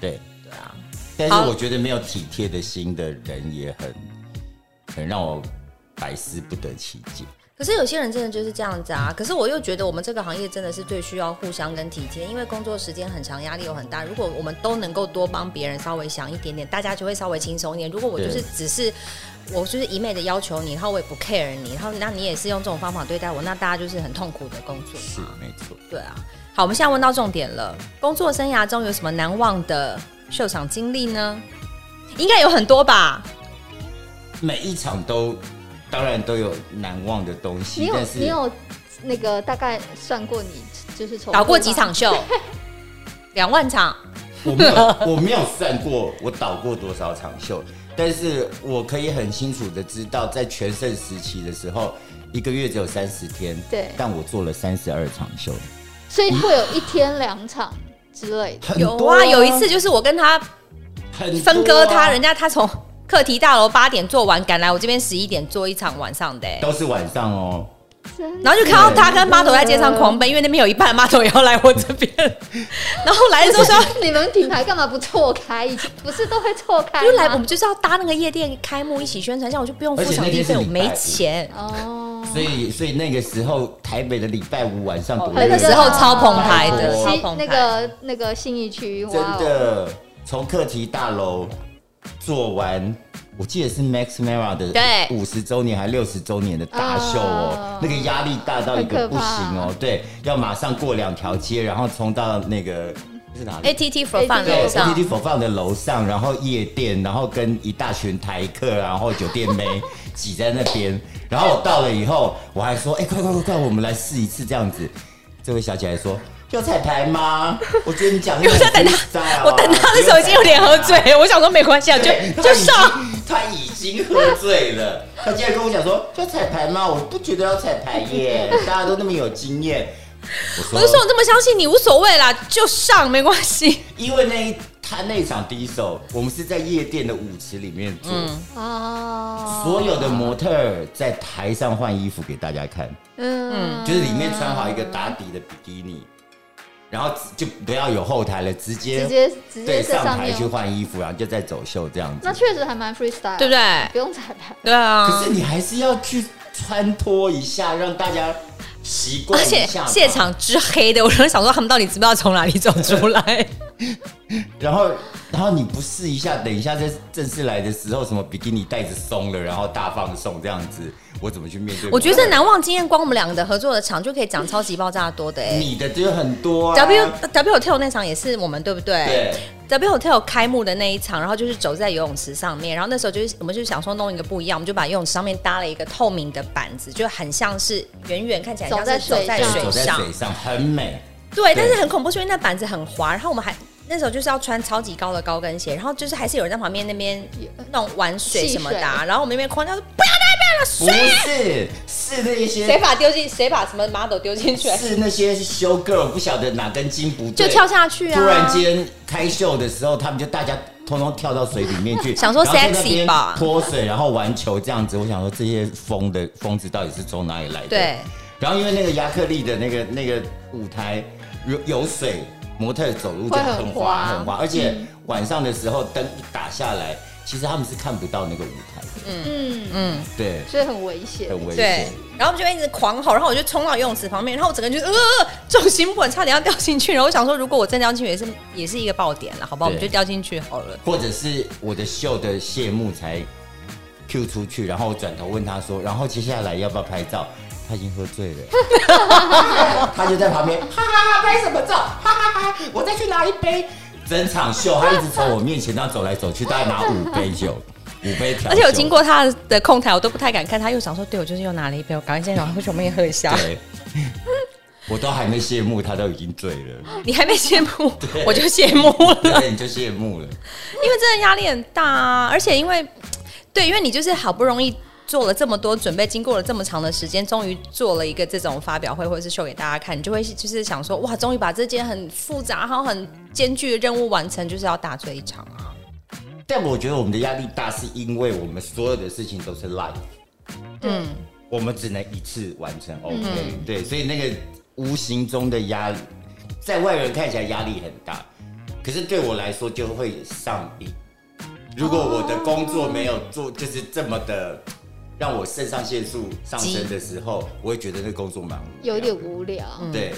[SPEAKER 2] 对，
[SPEAKER 1] 对啊，
[SPEAKER 2] 但
[SPEAKER 1] 好
[SPEAKER 2] 是我觉得没有体贴的心的人也很很让我百思不得其解。
[SPEAKER 1] 可是有些人真的就是这样子啊。可是我又觉得我们这个行业真的是最需要互相跟体贴，因为工作时间很长，压力又很大。如果我们都能够多帮别人稍微想一点点，大家就会稍微轻松一点。如果我就是
[SPEAKER 2] 对
[SPEAKER 1] 只是我就是一昧的要求你，然后我也不 care 你，然后那你也是用这种方法对待我，那大家就是很痛苦的工作。
[SPEAKER 2] 是没错。
[SPEAKER 1] 对啊，好，我们现在问到重点了。工作生涯中有什么难忘的秀场经历呢？应该有很多吧。
[SPEAKER 2] 每一场都当然都有难忘的东
[SPEAKER 3] 你
[SPEAKER 2] 西，
[SPEAKER 3] 有
[SPEAKER 2] 但是
[SPEAKER 3] 你有那个大概算过你就是从
[SPEAKER 1] 搞过几场秀，两万场，
[SPEAKER 2] 我没有 [laughs] 我没有算过我导过多少场秀，但是我可以很清楚的知道，在全盛时期的时候，一个月只有三十天，
[SPEAKER 3] 对
[SPEAKER 2] 但我做了三十二场秀，
[SPEAKER 3] 所以会有一天两场之类的。
[SPEAKER 2] 很
[SPEAKER 1] 有
[SPEAKER 2] 多
[SPEAKER 1] 啊，有一次就是我跟他
[SPEAKER 2] 很多啊
[SPEAKER 1] 分割他，人家他从课题大楼八点做完，赶来我这边十一点做一场晚上的、欸
[SPEAKER 2] 都是晚上哦，
[SPEAKER 3] 真的
[SPEAKER 1] 然后就看到他跟 model 在街上狂奔，因为那边有一半 model 也要来我这
[SPEAKER 2] [laughs]
[SPEAKER 1] 边，然后来的时候说
[SPEAKER 3] [laughs] 你们品牌干嘛不错开？以前不是都会错开吗？
[SPEAKER 1] 就来，我们就是要搭那个夜店开幕一起宣传，这样我就不用付场地费，我没
[SPEAKER 2] [laughs]
[SPEAKER 1] 钱。
[SPEAKER 3] 哦，
[SPEAKER 2] 所以所以那个时候台北的礼拜五晚上多
[SPEAKER 3] 哦
[SPEAKER 2] 热
[SPEAKER 1] 那个时候超澎湃的
[SPEAKER 2] 哦
[SPEAKER 1] 超
[SPEAKER 3] 西
[SPEAKER 1] 澎湃
[SPEAKER 3] 那个那个信义区，
[SPEAKER 2] 真
[SPEAKER 3] 哇哦，
[SPEAKER 2] 的从课题大楼做完，我记得是 Max Mara 的
[SPEAKER 1] 对
[SPEAKER 2] 五十周年还六十周年的大秀哦
[SPEAKER 3] 啊，
[SPEAKER 2] 那个压力大到一个
[SPEAKER 3] 很可
[SPEAKER 2] 不
[SPEAKER 3] 怕
[SPEAKER 2] 行哦，对，要马上过两条街，然后冲到那个是哪里？
[SPEAKER 1] ATT for fun
[SPEAKER 3] 对
[SPEAKER 1] 楼
[SPEAKER 2] 对
[SPEAKER 1] 上
[SPEAKER 2] ，T T 佛放的楼上，然后夜店，然后跟一大群台客，然后酒店妹 [laughs] 挤在那边。然后我到了以后，我还说：“哎、快快快快，我们来试一次这样子。”这位小姐还说：“有彩排吗？”我觉得你讲
[SPEAKER 1] [laughs]
[SPEAKER 2] 的
[SPEAKER 1] 我在等她
[SPEAKER 2] 他
[SPEAKER 1] 我等他的时候已经有点喝，醉，我想说没关系，
[SPEAKER 2] [laughs]
[SPEAKER 1] 啊，就
[SPEAKER 2] 对
[SPEAKER 1] 就
[SPEAKER 2] 他已经
[SPEAKER 1] 上。
[SPEAKER 2] 他已经喝醉了，他竟然跟我讲说：“要彩排吗？”我不觉得要彩排耶，大家都那么有经验。
[SPEAKER 1] 我就说我这么相信你无所谓啦，就上没关系。
[SPEAKER 2] 因为那一他那一场第一首，我们是在夜店的舞池里面做。
[SPEAKER 1] 嗯
[SPEAKER 3] 哦，
[SPEAKER 2] 所有的模特儿在台上换衣服给大家看，
[SPEAKER 3] 嗯，
[SPEAKER 2] 就是里面穿好一个打底的比基尼，然后就不要有后台了，直接
[SPEAKER 3] 直接直接
[SPEAKER 2] 对
[SPEAKER 3] 在
[SPEAKER 2] 上
[SPEAKER 3] 上
[SPEAKER 2] 台
[SPEAKER 3] 面
[SPEAKER 2] 去，换衣服，然后就再走秀这样子
[SPEAKER 3] 那。确实还蛮 freestyle，
[SPEAKER 1] 对不
[SPEAKER 3] 对？
[SPEAKER 1] 对？
[SPEAKER 3] 不用彩排，
[SPEAKER 1] 对
[SPEAKER 2] 可
[SPEAKER 1] 啊
[SPEAKER 2] 是，你还是要去穿脱一下，让大家习惯
[SPEAKER 1] 而
[SPEAKER 2] 一
[SPEAKER 1] 且
[SPEAKER 2] 下吧。
[SPEAKER 1] 现场之黑的，我就想说他们到底知不知道从哪里走出
[SPEAKER 3] [laughs]
[SPEAKER 1] 来？
[SPEAKER 2] 然后，然后你不试一下，等一下在正式来的时候，什么比基尼带子松了，然后大放送这样子，我怎么去面对模特儿？
[SPEAKER 1] 我觉得这难忘经验，光我们两个的合作的场就可以讲超级爆炸多的
[SPEAKER 3] 嗯
[SPEAKER 1] 哎、
[SPEAKER 2] 你的就很多、啊。
[SPEAKER 1] W W Hotel 那场也是我们对不对？
[SPEAKER 2] 对。
[SPEAKER 1] W Hotel 开幕的那一场，然后就是走在游泳池上面，然后那时候就是我们就想说弄一个不一样，我们就把游泳池上面搭了一个透明的板子，就很像是远远看起来像是
[SPEAKER 3] 走在水
[SPEAKER 1] 走在
[SPEAKER 3] 上
[SPEAKER 2] 对走
[SPEAKER 1] 水
[SPEAKER 2] 在
[SPEAKER 1] 上，
[SPEAKER 2] 水上很美。
[SPEAKER 1] 对，
[SPEAKER 2] 对
[SPEAKER 1] 但是很恐怖，是因为那板子很滑，然后我们还那时候就是要穿超级高的高跟鞋，然后就是还是有人在旁边那边弄玩水什么的、啊，然后我们那边狂叫说不要
[SPEAKER 2] 不是，是那
[SPEAKER 1] 谁
[SPEAKER 2] 些，
[SPEAKER 1] 把丢进谁把什么 model 丢进 [laughs] 去？
[SPEAKER 2] 是那些 show girl 不晓得哪根筋不对，
[SPEAKER 3] 就跳下去啊
[SPEAKER 2] 突然间开秀的时候，他们就大家通通跳到水里面去，
[SPEAKER 1] 想说
[SPEAKER 2] 然后在那
[SPEAKER 1] sexy
[SPEAKER 2] 边
[SPEAKER 1] 吧
[SPEAKER 2] 泼水，然后玩球这样子。我想说这些疯的疯子到底是从哪里来的？
[SPEAKER 1] 对。
[SPEAKER 2] 然后因为那个亚克力的那个那个舞台有有水，模特走路就
[SPEAKER 3] 会很
[SPEAKER 2] 很
[SPEAKER 3] 滑
[SPEAKER 2] 滑很滑，而且晚上的时候灯一打下来，其实他们是看不到那个舞台的，
[SPEAKER 3] 嗯，
[SPEAKER 1] 嗯，
[SPEAKER 2] 对，
[SPEAKER 3] 所以很危险。
[SPEAKER 2] 很危
[SPEAKER 1] 对
[SPEAKER 2] 险。。
[SPEAKER 1] 然后我们就一直狂吼，然后我就冲到游泳池旁边，然后我整个人就呃重心不稳，差点要掉进去。然后我想说，如果我真的掉进去，也是也是一个爆点了，好不好？我
[SPEAKER 2] 对
[SPEAKER 1] 们就掉进去好了。
[SPEAKER 2] 或者是我的秀的谢幕才 Q 出去，然后我转头问他说，然后接下来要不要拍照？他已经喝醉了，
[SPEAKER 1] [laughs]
[SPEAKER 2] 他就在旁边，哈哈哈，拍什么照？哈哈哈，我再去拿一杯。整场秀他一直从我面前这样走来走去，大概拿五杯酒，
[SPEAKER 1] [laughs]
[SPEAKER 2] 五杯调酒。
[SPEAKER 1] 而且我经过他的控台，我都不太敢看他，又想说，对我就是又拿了一杯，我赶快先拿回去，我们也喝一下。
[SPEAKER 2] 对，我都还没谢幕，他都已经醉
[SPEAKER 1] [laughs]
[SPEAKER 2] 了，
[SPEAKER 1] 你还没谢幕，我就谢幕了。
[SPEAKER 2] 对，你就谢幕了。
[SPEAKER 1] 因为真的压力很大啊，而且因为对，因为你就是好不容易做了这么多准备，经过了这么长的时间，终于做了一个这种发表会或者是秀给大家看，你就会就是想说，哇，终于把这件很复杂然后很艰巨的任务完成，就是要大醉一场啊。
[SPEAKER 2] 但我觉得我们的压力大，是因为我们所有的事情都是 live。
[SPEAKER 3] 嗯，
[SPEAKER 2] 我们只能一次完成 OK，、对，所以那个无形中的压力，在外人看起来压力很大，可是对我来说就会上瘾。如果我的工作没有做，就是这么的让我肾上腺素上升的时候，我会觉得那工作蛮无聊的
[SPEAKER 3] 有点无聊，
[SPEAKER 1] 嗯
[SPEAKER 2] 对，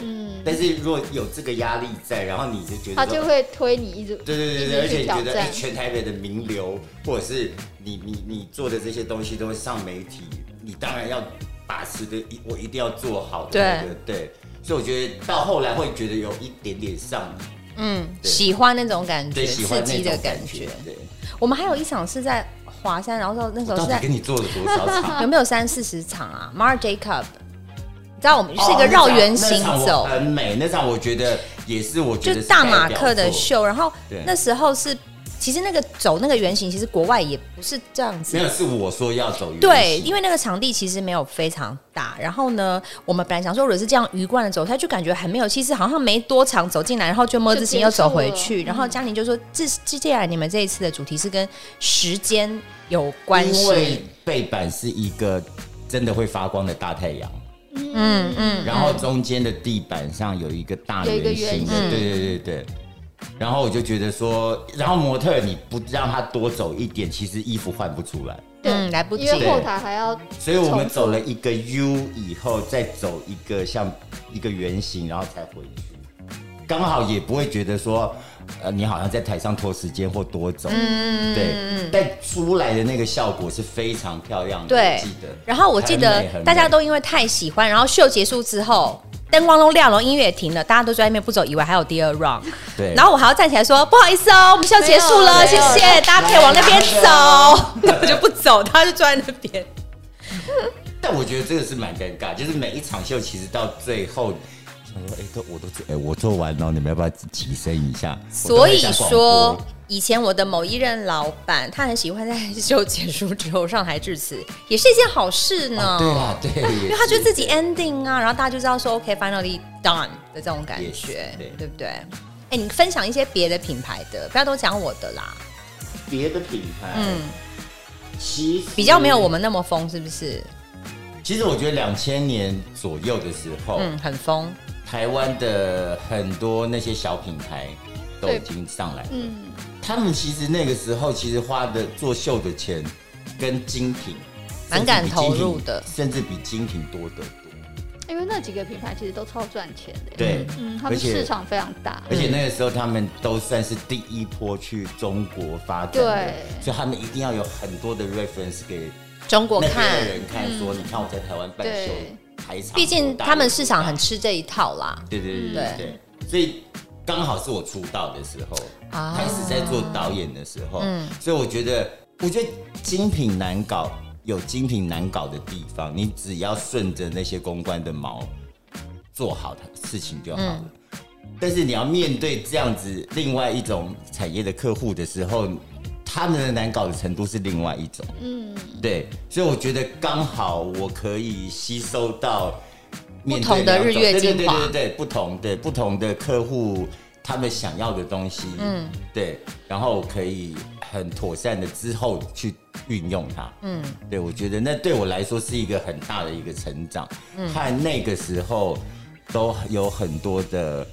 [SPEAKER 2] 但是如果有这个压力在，然后你就觉得
[SPEAKER 3] 他
[SPEAKER 2] 说
[SPEAKER 3] 就会推你一直
[SPEAKER 2] 对对对
[SPEAKER 3] 一
[SPEAKER 2] 对，而且
[SPEAKER 3] 直去
[SPEAKER 2] 你
[SPEAKER 3] 挑
[SPEAKER 2] 觉得
[SPEAKER 3] 战
[SPEAKER 2] 哎，。全台北的名流，或者是你你你做的这些东西都会上媒体，你当然要把持的，一我一定要做好的那个对。所以我觉得到后来会觉得有一点点上瘾，
[SPEAKER 1] 嗯，
[SPEAKER 2] 对
[SPEAKER 1] 喜欢那种感觉，
[SPEAKER 2] 对，喜
[SPEAKER 1] 刺
[SPEAKER 2] 欢那
[SPEAKER 1] 激的
[SPEAKER 2] 种
[SPEAKER 1] 感觉。。
[SPEAKER 2] 觉对，
[SPEAKER 1] 我们还有一场是在华山，然后那时候
[SPEAKER 2] 到
[SPEAKER 1] 是
[SPEAKER 2] 底
[SPEAKER 1] 在
[SPEAKER 2] 跟你做了多少场？
[SPEAKER 1] 有没有三四十场啊？Mar Jacob，你知道我们是一
[SPEAKER 2] [laughs] 哦
[SPEAKER 1] 个绕圆形
[SPEAKER 2] 那场
[SPEAKER 1] 走
[SPEAKER 2] 那场我，很美。那场我觉得也是，我觉
[SPEAKER 1] 就
[SPEAKER 2] 得是
[SPEAKER 1] 大马
[SPEAKER 2] 代表
[SPEAKER 1] 克的
[SPEAKER 2] 作
[SPEAKER 1] 秀，然后
[SPEAKER 2] 对
[SPEAKER 1] 那时候是，其实那个走那个圆形，其实国外也不是这样
[SPEAKER 2] 没有
[SPEAKER 1] 子。
[SPEAKER 2] 是我说要走圆
[SPEAKER 1] 对，
[SPEAKER 2] 形
[SPEAKER 1] 因为那个场地其实没有非常大，然后呢，我们本来想说，如果是这样鱼贯的走下去，感觉很没有气势，好像没多长走进来，然后就摸
[SPEAKER 3] 就
[SPEAKER 1] 之行
[SPEAKER 3] 结
[SPEAKER 1] 又走
[SPEAKER 3] 束
[SPEAKER 1] 回
[SPEAKER 3] 了嗯
[SPEAKER 1] 去。然后嘉玲就说：“这接下来你们这一次的主题是跟时间有关
[SPEAKER 2] 因
[SPEAKER 1] 系
[SPEAKER 2] 为，背板是一个真的会发光的大太阳。
[SPEAKER 1] 嗯嗯，
[SPEAKER 2] 然后中间的地板上有一个大
[SPEAKER 3] 有一个
[SPEAKER 2] 圆形的，
[SPEAKER 3] 圆形
[SPEAKER 2] 对对对对。然后我就觉得说，然后模特儿你不让他多走一点，其实衣服换不出来。
[SPEAKER 3] 对
[SPEAKER 1] 嗯来不及
[SPEAKER 3] 因为后台还要
[SPEAKER 2] 所以我们
[SPEAKER 3] 重复
[SPEAKER 2] 走了一个 U 以后，再走一个像一个圆形，然后才回去，刚好也不会觉得说，呃，你好像在台上拖时间或多走，嗯，对。但出来的那个效果是非常漂亮的，
[SPEAKER 1] 对
[SPEAKER 2] 我记得。
[SPEAKER 1] 然后我记得
[SPEAKER 2] 很美很美
[SPEAKER 1] 大家都因为太喜欢，然后秀结束之后，灯光都亮了，音乐也停了，大家都在那边不走，以为还有第二 round。
[SPEAKER 2] 对
[SPEAKER 1] 然后我还要站起来说不好意思哦，我们秀结束了，
[SPEAKER 3] 没
[SPEAKER 1] 谢
[SPEAKER 3] 有没有
[SPEAKER 1] 谢大家可以往那边
[SPEAKER 2] 没有
[SPEAKER 1] 走。那我就不走，他就坐在那
[SPEAKER 2] [laughs]
[SPEAKER 1] 边。
[SPEAKER 2] 但我觉得这个是蛮尴尬，就是每一场秀其实到最后，想说，哎、都我都做，哎、我做完了，你们要不要提升一下？
[SPEAKER 1] 所以
[SPEAKER 2] 我都会想广
[SPEAKER 1] 说
[SPEAKER 2] 播，
[SPEAKER 1] 以前我的某一任老板，他很喜欢在秀结束之后上台致辞，也是一件好事呢。
[SPEAKER 2] 啊对啦，对，因
[SPEAKER 1] 因为他觉得自己 ending 啊，然后大家就知道说 OK finally done 的这种感
[SPEAKER 2] 也是
[SPEAKER 1] 觉，
[SPEAKER 2] 对
[SPEAKER 1] 对不对？哎、你分享一些别的品牌的，不要都讲我的啦。
[SPEAKER 2] 别的品牌，
[SPEAKER 1] 嗯
[SPEAKER 2] 嗯，，其实
[SPEAKER 1] 比较没有我。们那么疯，是不是？
[SPEAKER 2] 其实我觉得两千年左右的时候，
[SPEAKER 1] 嗯，很疯。
[SPEAKER 2] 台湾的很多那些小品牌都已经上来了，
[SPEAKER 3] 嗯，
[SPEAKER 2] 他们其实那个时候其实花的做秀的钱跟精品。
[SPEAKER 1] 蛮敢
[SPEAKER 2] 甚至比精品
[SPEAKER 1] 投入的
[SPEAKER 2] 甚至比精品多得多。
[SPEAKER 3] 因为那几个品牌其实都超赚钱的。
[SPEAKER 2] 对，
[SPEAKER 3] 嗯，他们
[SPEAKER 2] 而且
[SPEAKER 3] 市场非常大。
[SPEAKER 2] 而且那个时候他们都算是第一波去中国发展的，
[SPEAKER 3] 对
[SPEAKER 2] 所以他们一定要有很多的 reference 给
[SPEAKER 1] 中国
[SPEAKER 2] 那边
[SPEAKER 1] 看嗯
[SPEAKER 2] 的，人看，说你看我在台湾办秀
[SPEAKER 3] 对，
[SPEAKER 2] 台场
[SPEAKER 1] 毕竟他们市场很
[SPEAKER 2] 多
[SPEAKER 1] 吃这一套啦。
[SPEAKER 2] 大对对对
[SPEAKER 1] 嗯
[SPEAKER 2] 对对，所以刚好是我出道的时候，
[SPEAKER 1] 啊
[SPEAKER 2] 开始在做导演的时候，所以我觉得，我觉得精品难搞有精品难搞的地方，你只要顺着那些公关的毛做好它事情就好了。但是你要面对这样子另外一种产业的客户的时候，他们的难搞的程度是另外一种。
[SPEAKER 3] 嗯，
[SPEAKER 2] 对，所以我觉得刚好我可以吸收到面对
[SPEAKER 1] 不同的
[SPEAKER 2] 两种
[SPEAKER 1] 日月精华
[SPEAKER 2] 对对对对对，不同的不同的客户他们想要的东西，嗯，对，然后我可以很妥善的之后去运用它，嗯，对我觉得那对我来说是一个很大的一个成长，和那个时候都有很多的。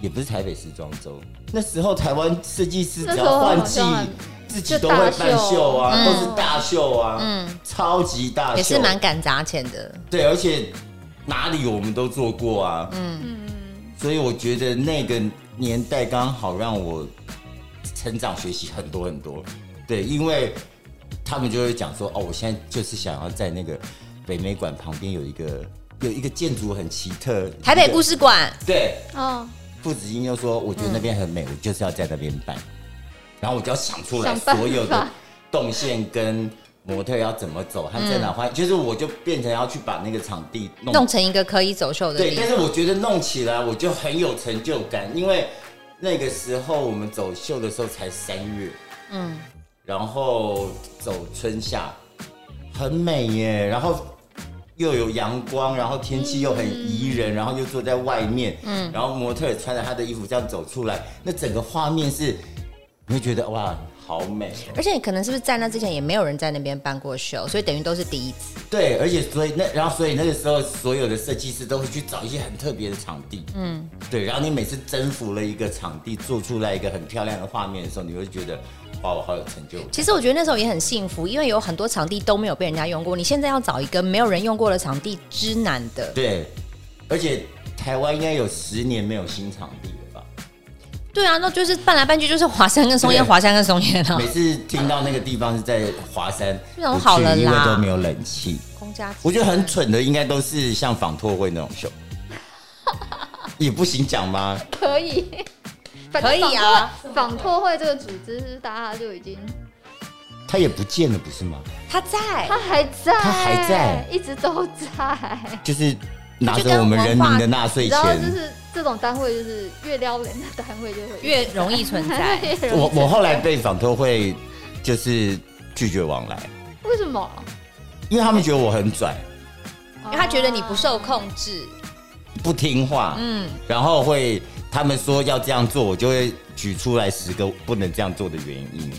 [SPEAKER 2] 也不是台北时装周，那时候台湾设计师
[SPEAKER 3] 那
[SPEAKER 2] 只
[SPEAKER 3] 时候
[SPEAKER 2] 要换
[SPEAKER 3] 好
[SPEAKER 2] 季
[SPEAKER 3] 像很，
[SPEAKER 2] 自己都会办秀啊，
[SPEAKER 3] 就
[SPEAKER 2] 都
[SPEAKER 3] 大秀
[SPEAKER 2] 是大秀啊，超级大秀，
[SPEAKER 1] 嗯也是蛮敢砸钱的。
[SPEAKER 2] 对，而且哪里我们都做过啊，嗯所以我觉得那个年代刚好让我成长学习很多很多，对，因为他们就会讲说，哦，我现在就是想要在那个北美馆旁边有一个有一个建筑很奇特，
[SPEAKER 1] 台北故
[SPEAKER 2] 事，
[SPEAKER 1] 事馆，
[SPEAKER 2] 对，
[SPEAKER 3] 哦，
[SPEAKER 2] 傅子英又说：“我觉得那边很美，我就是要在那边办。”然后我就要想出来
[SPEAKER 3] 嗯想办法
[SPEAKER 2] 所有的动线跟模特要怎么走，和在哪
[SPEAKER 3] 嗯
[SPEAKER 2] 换，就是我就变成要去把那个场地弄
[SPEAKER 1] 弄成一个可以走秀的
[SPEAKER 2] 对。
[SPEAKER 1] 地
[SPEAKER 2] 但
[SPEAKER 1] 方。
[SPEAKER 2] 是我觉得弄起来我就很有成就感，因为那个时候我们走秀的时候才三月，
[SPEAKER 1] 嗯，
[SPEAKER 2] 然后走春夏，很美耶。然后又有阳光，然后天气又很宜
[SPEAKER 1] 嗯
[SPEAKER 2] 人，然后又坐在外面，嗯，然后模特也穿着她的衣服这样走出来，那整个画面是，你会觉得哇，好美哦、
[SPEAKER 1] 而且可能是不是在那之前也没有人在那边办过秀，所以等于都是第一次。
[SPEAKER 2] 对，而且所以那然后所以那个时候所有的设计师都会去找一些很特别的场地，嗯，对。然后你每次征服了一个场地，做出来一个很漂亮的画面的时候，你会觉得哇，我好有成就感。
[SPEAKER 1] 其实我觉得那时候也很幸福，因为有很多场地都没有被人家用过。你现在要找一个没有人用过的场地，之难的。
[SPEAKER 2] 对，而且台湾应该有十年没有新场地了吧？
[SPEAKER 1] 对啊，那就是办来办去就是华山跟松烟，
[SPEAKER 2] 对
[SPEAKER 1] 华山跟松烟啊
[SPEAKER 2] 每。次听到那个地方是在华山，
[SPEAKER 1] 那种好了啦
[SPEAKER 2] 我去因为都没有冷气。
[SPEAKER 1] 公家机
[SPEAKER 2] 我觉得很蠢的，应该都是像仿托会那种
[SPEAKER 1] [laughs]
[SPEAKER 2] 秀，也不行讲吗？
[SPEAKER 3] 可以，反
[SPEAKER 1] 可
[SPEAKER 3] 正
[SPEAKER 1] 以啊
[SPEAKER 3] 访拓。访拓会这个组织是大家就已经，
[SPEAKER 2] 他也不见了，不是吗？
[SPEAKER 1] 他在
[SPEAKER 3] 他还在，
[SPEAKER 2] 他还在
[SPEAKER 3] 一直都在。
[SPEAKER 2] 就是拿着我们人民的纳税
[SPEAKER 3] 然后就
[SPEAKER 2] 钱。
[SPEAKER 3] 是这种单位，就是越撩人的单位就会。
[SPEAKER 1] 越容易存在
[SPEAKER 2] [laughs]
[SPEAKER 3] 越容易
[SPEAKER 2] 我我后来被仿托会就是拒绝往来，
[SPEAKER 3] 为什么？
[SPEAKER 2] 因为他们觉得我很拽，
[SPEAKER 1] 因为他觉得你不受控制，
[SPEAKER 2] 不听话，
[SPEAKER 1] 嗯，
[SPEAKER 2] 然后会他们说要这样做，我就会举出来十个不能这样做的原因，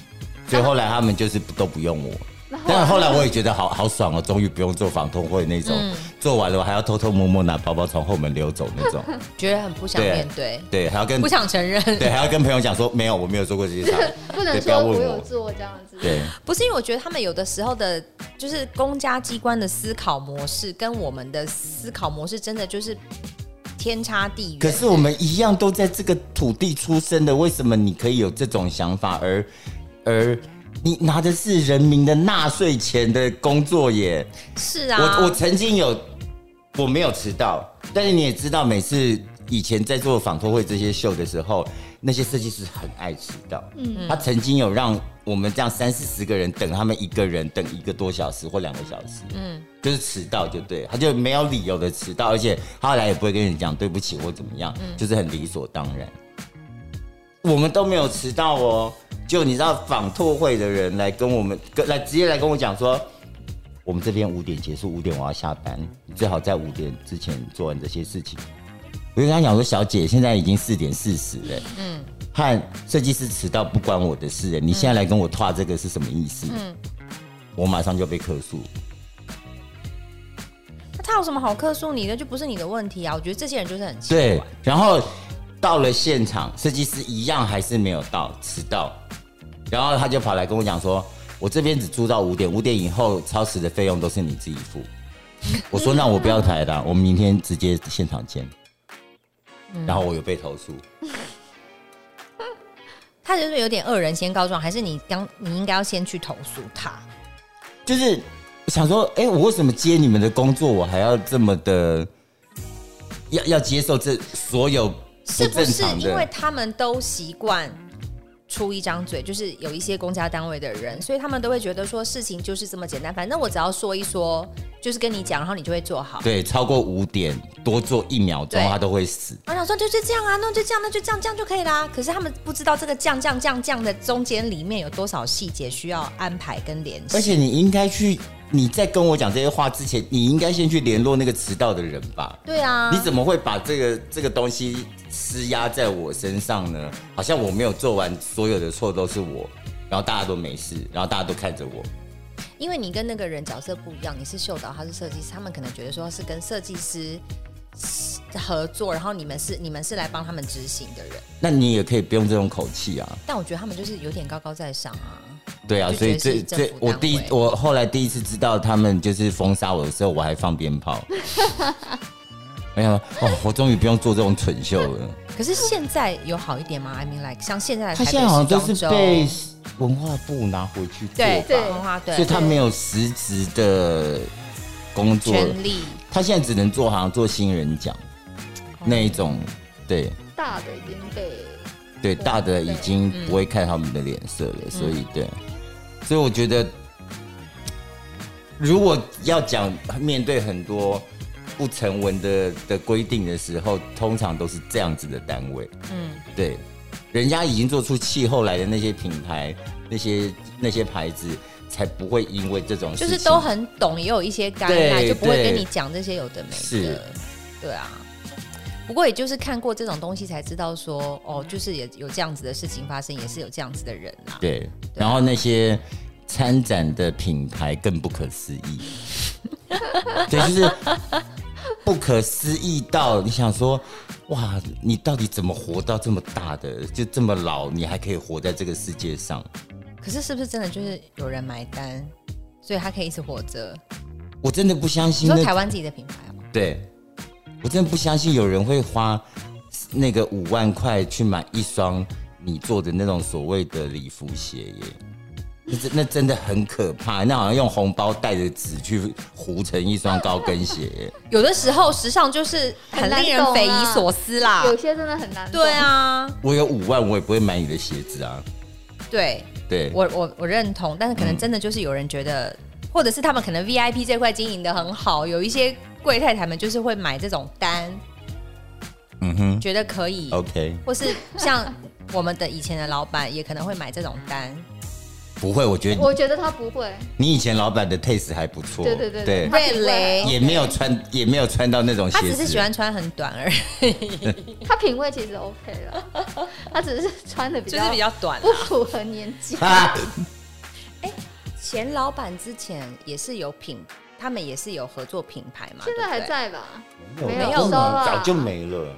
[SPEAKER 2] 所以后来他们就是不都不用我。
[SPEAKER 3] 嗯然后
[SPEAKER 2] 但后来我也觉得好好爽哦，终于不用做房通会那种，
[SPEAKER 3] 嗯
[SPEAKER 2] 做完了我还要偷偷摸摸拿包包从后门溜走那
[SPEAKER 3] [laughs]
[SPEAKER 2] 种，
[SPEAKER 1] 觉得很不想
[SPEAKER 2] 对
[SPEAKER 1] 面对，
[SPEAKER 2] 对，还要跟
[SPEAKER 1] 不想承认。
[SPEAKER 2] 对还要跟朋友讲说没有，我没有做过这些事，
[SPEAKER 3] [laughs] 不
[SPEAKER 2] 对
[SPEAKER 3] 能
[SPEAKER 2] 不要问
[SPEAKER 3] 说我
[SPEAKER 2] 我
[SPEAKER 3] 有做这样子，
[SPEAKER 2] 对
[SPEAKER 1] 不是因为我觉得他们有的时候的，就是公家机关的思考模式跟我们的思考模式真的就是天差地
[SPEAKER 2] 可
[SPEAKER 1] 远。
[SPEAKER 2] 是我们一样都在这个土地出生的，为什么你可以有这种想法，而而你拿的是人民的纳税钱的工作耶？
[SPEAKER 1] 是啊，
[SPEAKER 2] 我我曾经有，我没有迟到，但是你也知道，每次以前在做访托会这些秀的时候，那些设计师很爱迟到。嗯，他曾经有让我们这样三四十个人等他们一个人等一个多小时或两个小时。嗯，就是迟到就对了，他就没有理由的迟到，而且他后来也不会跟你讲对不起或怎么样，就是很理所当然。我们都没有迟到哦。就你知道访拓会的人来跟我们，跟来直接来跟我讲说，我们这边五点结束，五点我要下班，你最好在五点之前做完这些事情。我就跟他讲说，小姐，现在已经四点四十了，嗯，和设计师迟到不关我的事，你现在来跟我跨这个是什么意思？嗯，我马上就被客诉。
[SPEAKER 1] 那他有什么好客诉你的？就不是你的问题啊！我觉得这些人就是很奇
[SPEAKER 2] 对
[SPEAKER 1] 怪。，
[SPEAKER 2] 然后到了现场，设计师一样还是没有到，迟到。然后他就跑来跟我讲说：“我这边只租到五点，五点以后超时的费用都是你自己付。” [laughs] 我说：“那我不要台了，我们明天直接现场见。”
[SPEAKER 1] 嗯
[SPEAKER 2] 然后我有被投诉，
[SPEAKER 1] 他就是有点恶人先告状，还是你刚你应该要先去投诉他？
[SPEAKER 2] 就是想说：“哎、我为什么接你们的工作，我还要这么的要要接受这所有不
[SPEAKER 1] 是不
[SPEAKER 2] 正
[SPEAKER 1] 是
[SPEAKER 2] 常
[SPEAKER 1] 因为
[SPEAKER 2] 的？
[SPEAKER 1] 他们都习惯出一张嘴，就是有一些公家单位的人，所以他们都会觉得说事情就是这么简单，反正我只要说一说，就是跟你讲，然后你就会做好。
[SPEAKER 2] 对，超过五点多做一秒钟，
[SPEAKER 1] 对
[SPEAKER 2] 他都会死。
[SPEAKER 1] 我想说就是这样啊，那就这样，那就这样，这样就可以啦。可是他们不知道这个降降降降的中间里面有多少细节需要安排跟联系。
[SPEAKER 2] 而且你应该去，你在跟我讲这些话之前，你应该先去联络那个迟到的人吧？
[SPEAKER 1] 对啊，
[SPEAKER 2] 你怎么会把这个这个东西施压在我身上呢？好像我没有做完，所有的错都是我，然后大家都没事，然后大家都看着我。
[SPEAKER 1] 因为你跟那个人角色不一样，你是秀导，他是设计师，他们可能觉得说是跟设计师合作，然后你们是你们是来帮他们执行的人，
[SPEAKER 2] 那你也可以不用这种口气啊，
[SPEAKER 1] 但我觉得他们就是有点高高在上啊。
[SPEAKER 2] 对啊，
[SPEAKER 1] 就
[SPEAKER 2] 所
[SPEAKER 1] 觉
[SPEAKER 2] 以
[SPEAKER 1] 得
[SPEAKER 2] 这
[SPEAKER 1] 是政
[SPEAKER 2] 这
[SPEAKER 1] 府
[SPEAKER 2] 我
[SPEAKER 1] 单
[SPEAKER 2] 第一
[SPEAKER 1] 位
[SPEAKER 2] 我后来第一次知道他们就是封杀我的时候，我还放
[SPEAKER 1] [laughs]
[SPEAKER 2] 鞭炮。没有哦，我终于不用做这种蠢秀了。
[SPEAKER 1] 可是现在有好一点吗？I mean like 像现在的
[SPEAKER 2] 他
[SPEAKER 1] 台北
[SPEAKER 2] 现在好像都
[SPEAKER 1] 时
[SPEAKER 2] 是
[SPEAKER 1] 装周
[SPEAKER 2] 被文化部拿回去做
[SPEAKER 1] 对
[SPEAKER 2] 吧，
[SPEAKER 1] 文化
[SPEAKER 2] 所以
[SPEAKER 1] 对
[SPEAKER 2] 他没有实质的工作，
[SPEAKER 1] 权利
[SPEAKER 2] 他现在只能做好像做新人奖
[SPEAKER 1] 哦
[SPEAKER 2] 那一种，对
[SPEAKER 3] 大的已经被
[SPEAKER 2] 对，大的已经不会看他们的脸色
[SPEAKER 1] 嗯
[SPEAKER 2] 了，所以对，所以我觉得，如果要讲面对很多不成文的的规定的时候，通常都是这样子的单位，嗯，对，人家已经做出气候来的那些品牌，那些那些牌子，才不会因为这种事
[SPEAKER 1] 就
[SPEAKER 2] 情
[SPEAKER 1] 是都很懂，也有一些干奶，
[SPEAKER 2] 对
[SPEAKER 1] 就不会跟
[SPEAKER 2] 对
[SPEAKER 1] 你讲这些有的没
[SPEAKER 2] 是
[SPEAKER 1] 的。对啊，不过也就是看过这种东西才知道说，哦，就是也有这样子的事情发生，也是有这样子的人啊啦。
[SPEAKER 2] 对，然后那些参展的品牌更不可思议，对，就是不可思议到你想说，哇，你到底怎么活到这么大的，就这么老，你还可以活在这个世界上？
[SPEAKER 1] 可是是不是真的就是有人买单，所以他可以一直活着？
[SPEAKER 2] 我真的不相
[SPEAKER 1] 你
[SPEAKER 2] 信
[SPEAKER 1] 说台
[SPEAKER 2] 那，
[SPEAKER 1] 湾自己的品牌哦、
[SPEAKER 2] 对我真的不相信有人会花那个五万块去买一双你做的那种所谓的礼服鞋耶。那真那真的很可怕，那好像用红包带着纸去糊成一双高跟鞋耶。
[SPEAKER 1] 有的时候时尚就是很
[SPEAKER 3] 很难
[SPEAKER 1] 令人
[SPEAKER 3] 懂
[SPEAKER 1] 匪夷
[SPEAKER 3] 啊
[SPEAKER 1] 所思啦。
[SPEAKER 3] 有些真的很难。
[SPEAKER 1] 对，啊，
[SPEAKER 2] 我有五万，我也不会买你的鞋子啊。
[SPEAKER 1] 对，
[SPEAKER 2] 对，
[SPEAKER 1] 我我我认同，但是可能真的就是有人觉得，或者是他们可能 VIP 这块经营的很好，有一些柜太太们就是会买这种单，
[SPEAKER 2] 嗯哼
[SPEAKER 1] 觉得可以，
[SPEAKER 2] ，OK，
[SPEAKER 1] 或是像我们的以前的老板也可能会买这种单，
[SPEAKER 2] 不会，我觉得
[SPEAKER 3] 我觉得他不会。
[SPEAKER 2] 你以前老板的 taste 还不错。
[SPEAKER 3] 对对对
[SPEAKER 2] 对
[SPEAKER 3] 对，
[SPEAKER 1] 瑞雷
[SPEAKER 2] 也没有穿，也没有穿到那种鞋
[SPEAKER 1] 他
[SPEAKER 2] 子。
[SPEAKER 1] 只是喜欢穿很短而已，
[SPEAKER 3] 他品味其实 OK 了，他只是穿的比
[SPEAKER 1] [laughs] 就是
[SPEAKER 3] 较
[SPEAKER 1] 比较短。
[SPEAKER 3] 不符合年纪。
[SPEAKER 2] 啊，
[SPEAKER 1] 前老板之前也是有品，他们也是有合作品牌嘛，
[SPEAKER 3] 现在还
[SPEAKER 1] 对不对
[SPEAKER 3] 在吧？
[SPEAKER 2] 没
[SPEAKER 3] 没
[SPEAKER 2] 有
[SPEAKER 3] 有
[SPEAKER 2] 功
[SPEAKER 3] 收
[SPEAKER 2] 能
[SPEAKER 3] 啊
[SPEAKER 2] 早就没了。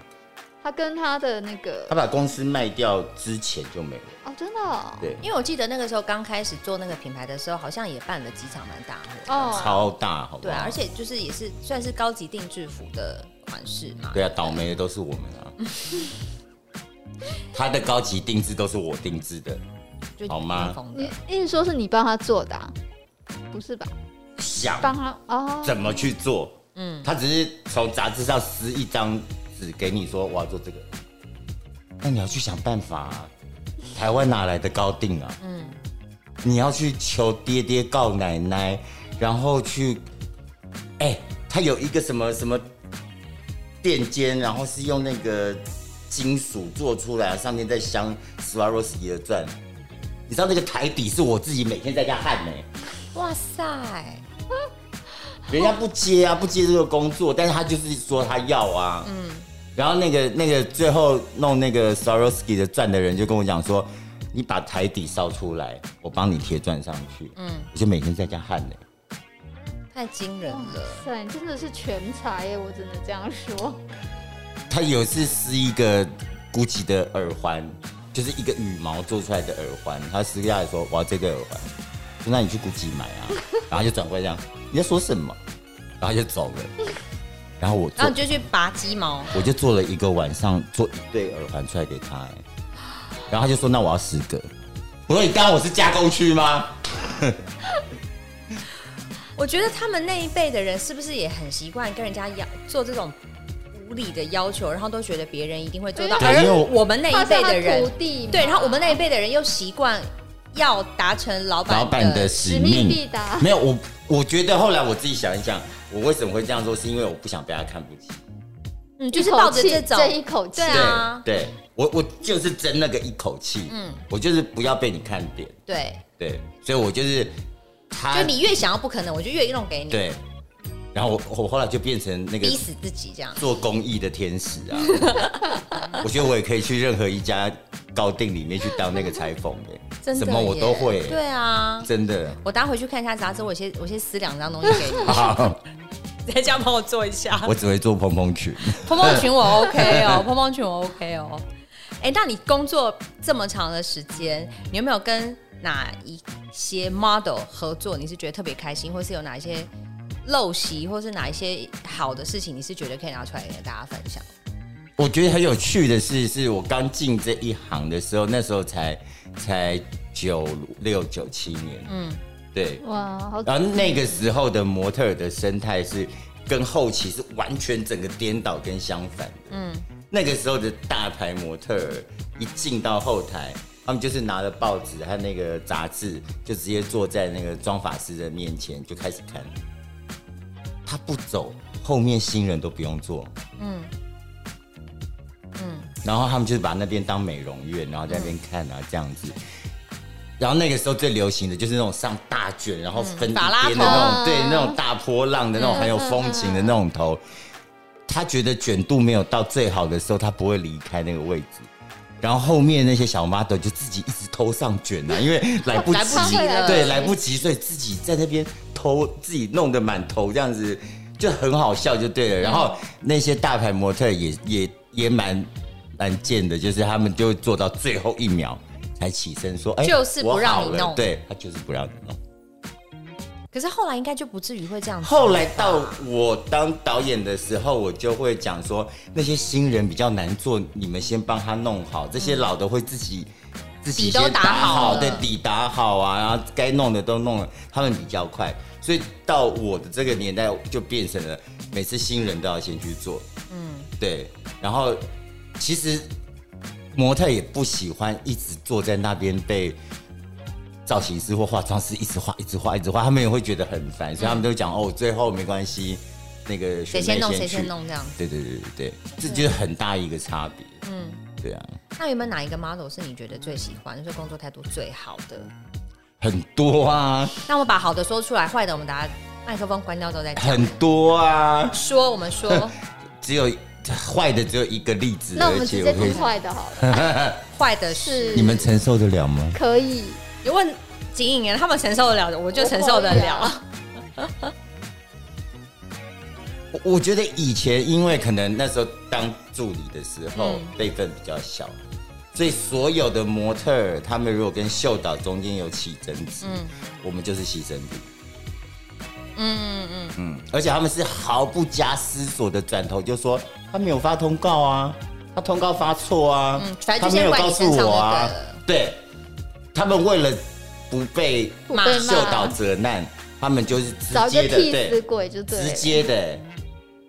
[SPEAKER 3] 他跟他的那个
[SPEAKER 2] 他把公司卖掉之前就没了。
[SPEAKER 3] 哦，真的哦，
[SPEAKER 2] 对，
[SPEAKER 1] 因为我记得那个时候刚开始做那个品牌的时候，好像也办了几场蛮大会的
[SPEAKER 3] 哦，
[SPEAKER 2] 超大，好不好？
[SPEAKER 1] 对啊，而且就是也是算是高级定制服的款式嘛。
[SPEAKER 3] 嗯
[SPEAKER 2] 对啊，倒霉的都是我们
[SPEAKER 1] [laughs]
[SPEAKER 2] 啊。他的高级定制都是我定制的，
[SPEAKER 1] 就
[SPEAKER 2] 好吗
[SPEAKER 1] 挺疯
[SPEAKER 3] 你
[SPEAKER 1] 的
[SPEAKER 3] 意思说是你帮他做的、啊，不是吧？
[SPEAKER 2] 想
[SPEAKER 3] 帮他哦，
[SPEAKER 2] 怎么去做，嗯，他只是从杂志上撕一张纸给你说我要做这个，那你要去想办法、啊。台湾哪来的高定啊？嗯，你要去求爹爹告奶奶，然后去，哎、他有一个什么什么垫肩，然后是用那个金属做出来，上面再镶 Swarovski 的钻。你知道那个台底是我自己每天在家焊欸呢、
[SPEAKER 1] 哇塞，
[SPEAKER 2] 人家不接啊，不接这个工作，但是他就是说他要啊，嗯，然后那个那个最后弄那个 Swarovski 的钻的人就跟我讲说，你把台底烧出来，我帮你贴钻上去，嗯，我就每天在家焊嘞、
[SPEAKER 1] 太惊人了！
[SPEAKER 3] 对，你真的是全才耶，我只能这样说。
[SPEAKER 2] 他有一次撕一个 GUCCI 的耳环，就是一个羽毛做出来的耳环，他撕下来说我要这个耳环，说那你去 GUCCI 买啊，然后他就转过来这样，你在说什么？然后他就走了，然后我
[SPEAKER 1] 然
[SPEAKER 2] 做
[SPEAKER 1] 后你就去拔鸡毛，
[SPEAKER 2] 我就做了一个晚上，做一对耳环出来给他、哎然后他就说：“那我要十个。”我说：“你当我是加工区吗
[SPEAKER 1] 我觉得他们那一辈的人是不是也很习惯跟人家要做这种无理的要求，然后都觉得别人一定会做到，
[SPEAKER 3] 对
[SPEAKER 1] 而
[SPEAKER 2] 因为我
[SPEAKER 1] 我们那一辈的
[SPEAKER 3] 他是他
[SPEAKER 1] 人
[SPEAKER 3] 徒，弟嘛，
[SPEAKER 1] 对，然后我们那一辈的人又习惯要达成老板
[SPEAKER 2] 老板的
[SPEAKER 1] 的
[SPEAKER 2] 使
[SPEAKER 3] 使
[SPEAKER 2] 命
[SPEAKER 3] 命必。达，
[SPEAKER 2] 没有我，我觉得后来我自己想一想，我为什么会这样做，是因为我不想被他看不起。
[SPEAKER 1] 嗯，就是抱着这
[SPEAKER 3] 一口气争
[SPEAKER 1] 种
[SPEAKER 3] 一口气
[SPEAKER 1] 对，啊
[SPEAKER 2] 对，对我我就是争那个一口气，嗯，我就是不要被你看扁，
[SPEAKER 1] 对，
[SPEAKER 2] 对，所以我就是他
[SPEAKER 1] 就，你越想要不可能，我就越弄给你，
[SPEAKER 2] 啊对，然后我我后来就变成那个
[SPEAKER 1] 逼死自己这样。
[SPEAKER 2] 做公益的天使
[SPEAKER 1] [laughs]
[SPEAKER 2] 啊，我觉得我也可以去任何一家高定里面去当那个裁缝的，
[SPEAKER 1] 真的
[SPEAKER 2] 什么我
[SPEAKER 1] 耶
[SPEAKER 2] 都会，欸
[SPEAKER 1] 对啊，
[SPEAKER 2] 真的。 [laughs]
[SPEAKER 1] 我待会去看一下杂志，我先我先撕两张东西给
[SPEAKER 3] [laughs]
[SPEAKER 1] 你，
[SPEAKER 2] 好，
[SPEAKER 1] 你在家帮我做一下。
[SPEAKER 2] 我只会做蓬蓬裙。
[SPEAKER 1] 蓬蓬裙我 [laughs] OK 哦，蓬蓬裙我 OK 哦。哎、那你工作这么长的时间，你有没有跟哪一些 model 合作？你是觉得特别开心，或是有哪一些陋习，或是哪一些好的事情，你是觉得可以拿出来给大家分享？
[SPEAKER 2] 我觉得很有趣的是，是我刚进这一行的时候，那时候才才九六九七年，嗯，对。
[SPEAKER 3] 哇，好
[SPEAKER 2] 然后那个时候的模特儿的生态是跟后期是完全整个颠倒跟相反的。嗯，那个时候的大牌模特儿一进到后台，他们就是拿着报纸和那个杂志，就直接坐在那个妆发师的面前就开始看。他不走，后面新人都不用做。然后他们就是把那边当美容院，然后在那边看啊这样子。然后那个时候最流行的就是那种上大卷，然后分一
[SPEAKER 1] 法拉
[SPEAKER 2] 边的那
[SPEAKER 3] 头
[SPEAKER 2] 种，对那种大波浪的那种很有风情的那种头。他觉得卷度没有到最好的时候，他不会离开那个位置。然后后面那些小 model 就自己一直偷上卷啊，因为来不
[SPEAKER 1] 来不及
[SPEAKER 2] 及
[SPEAKER 1] 了
[SPEAKER 2] 对，来不及，所以自己在那边偷，自己弄得满头这样子，就很好笑就对
[SPEAKER 1] 嗯
[SPEAKER 2] 了。然后那些大牌模特也也也蛮蛮贱的，就是他们就会做到最后一秒才起身说，哎、
[SPEAKER 1] 就是不
[SPEAKER 2] 我
[SPEAKER 1] 让
[SPEAKER 2] 好
[SPEAKER 1] 你
[SPEAKER 2] 了
[SPEAKER 1] 弄
[SPEAKER 2] 对他就是不让你弄。
[SPEAKER 1] 可是后来应该就不至于会这样子。
[SPEAKER 2] 后来到我当导演的时候，我就会讲说，那些新人比较难做，你们先帮他弄好，这些老的会自己。自己
[SPEAKER 1] 嗯底都
[SPEAKER 2] 先
[SPEAKER 1] 打
[SPEAKER 2] 打
[SPEAKER 1] 好了
[SPEAKER 2] 对底打好啊，然后该弄的都弄了，他们比较快，所以到我的这个年代就变成了每次新人都要先去做，嗯，对，然后其实模特也不喜欢一直坐在那边被造型师或化妆师一直画、一直画、一直画，他们也会觉得很烦，所以他们都讲、哦，最后没关系，那个
[SPEAKER 1] 谁
[SPEAKER 2] 学
[SPEAKER 1] 先
[SPEAKER 2] 妹
[SPEAKER 1] 弄
[SPEAKER 2] 去
[SPEAKER 1] 谁先。弄这样子。
[SPEAKER 2] 对对对对对，这就是很大一个差别。嗯，对啊，
[SPEAKER 1] 那有没有哪一个 model 是你觉得最喜欢，就是工作态度最好的？
[SPEAKER 2] 很多啊，
[SPEAKER 1] 那我把好的说出来，坏的我们大家麦克风关掉之后再讲。
[SPEAKER 2] 很多啊，
[SPEAKER 1] 说我们说，
[SPEAKER 2] [laughs] 只有坏的只有一个例子，
[SPEAKER 3] 那我们
[SPEAKER 2] 而
[SPEAKER 3] 直
[SPEAKER 2] 且
[SPEAKER 3] 接
[SPEAKER 2] 我可
[SPEAKER 3] 听
[SPEAKER 2] 以，
[SPEAKER 3] 坏的好
[SPEAKER 2] [laughs]
[SPEAKER 3] 了，
[SPEAKER 1] 坏的是
[SPEAKER 3] 是
[SPEAKER 2] 你们承受得了吗？
[SPEAKER 3] 可以，
[SPEAKER 1] 你问景影人，他们承受得了的，我就承受得
[SPEAKER 3] 哦
[SPEAKER 1] 了。
[SPEAKER 2] 我我觉得以前因为可能那时候当助理的时候、
[SPEAKER 1] 嗯
[SPEAKER 2] 辈分比较小，所以所有的模特儿他们如果跟秀导中间有起争执，我们就是牺牲品。嗯嗯嗯，而且他们是毫不加思索的转头就说他没有发通告啊，他通告发错啊，
[SPEAKER 1] 嗯反正
[SPEAKER 2] 他
[SPEAKER 1] 就
[SPEAKER 2] 没
[SPEAKER 1] 先
[SPEAKER 2] 有
[SPEAKER 1] 怪
[SPEAKER 2] 告
[SPEAKER 1] 你身
[SPEAKER 2] 诉
[SPEAKER 1] 上
[SPEAKER 2] 我啊
[SPEAKER 1] 就对了，
[SPEAKER 2] 对，他们为了不被
[SPEAKER 3] 不被
[SPEAKER 1] 骂
[SPEAKER 2] 秀导责难，他们就是直
[SPEAKER 3] 找一个
[SPEAKER 2] 接的
[SPEAKER 3] 替
[SPEAKER 2] 对
[SPEAKER 3] 死鬼就对
[SPEAKER 2] 直
[SPEAKER 3] 了。
[SPEAKER 2] 接的欸、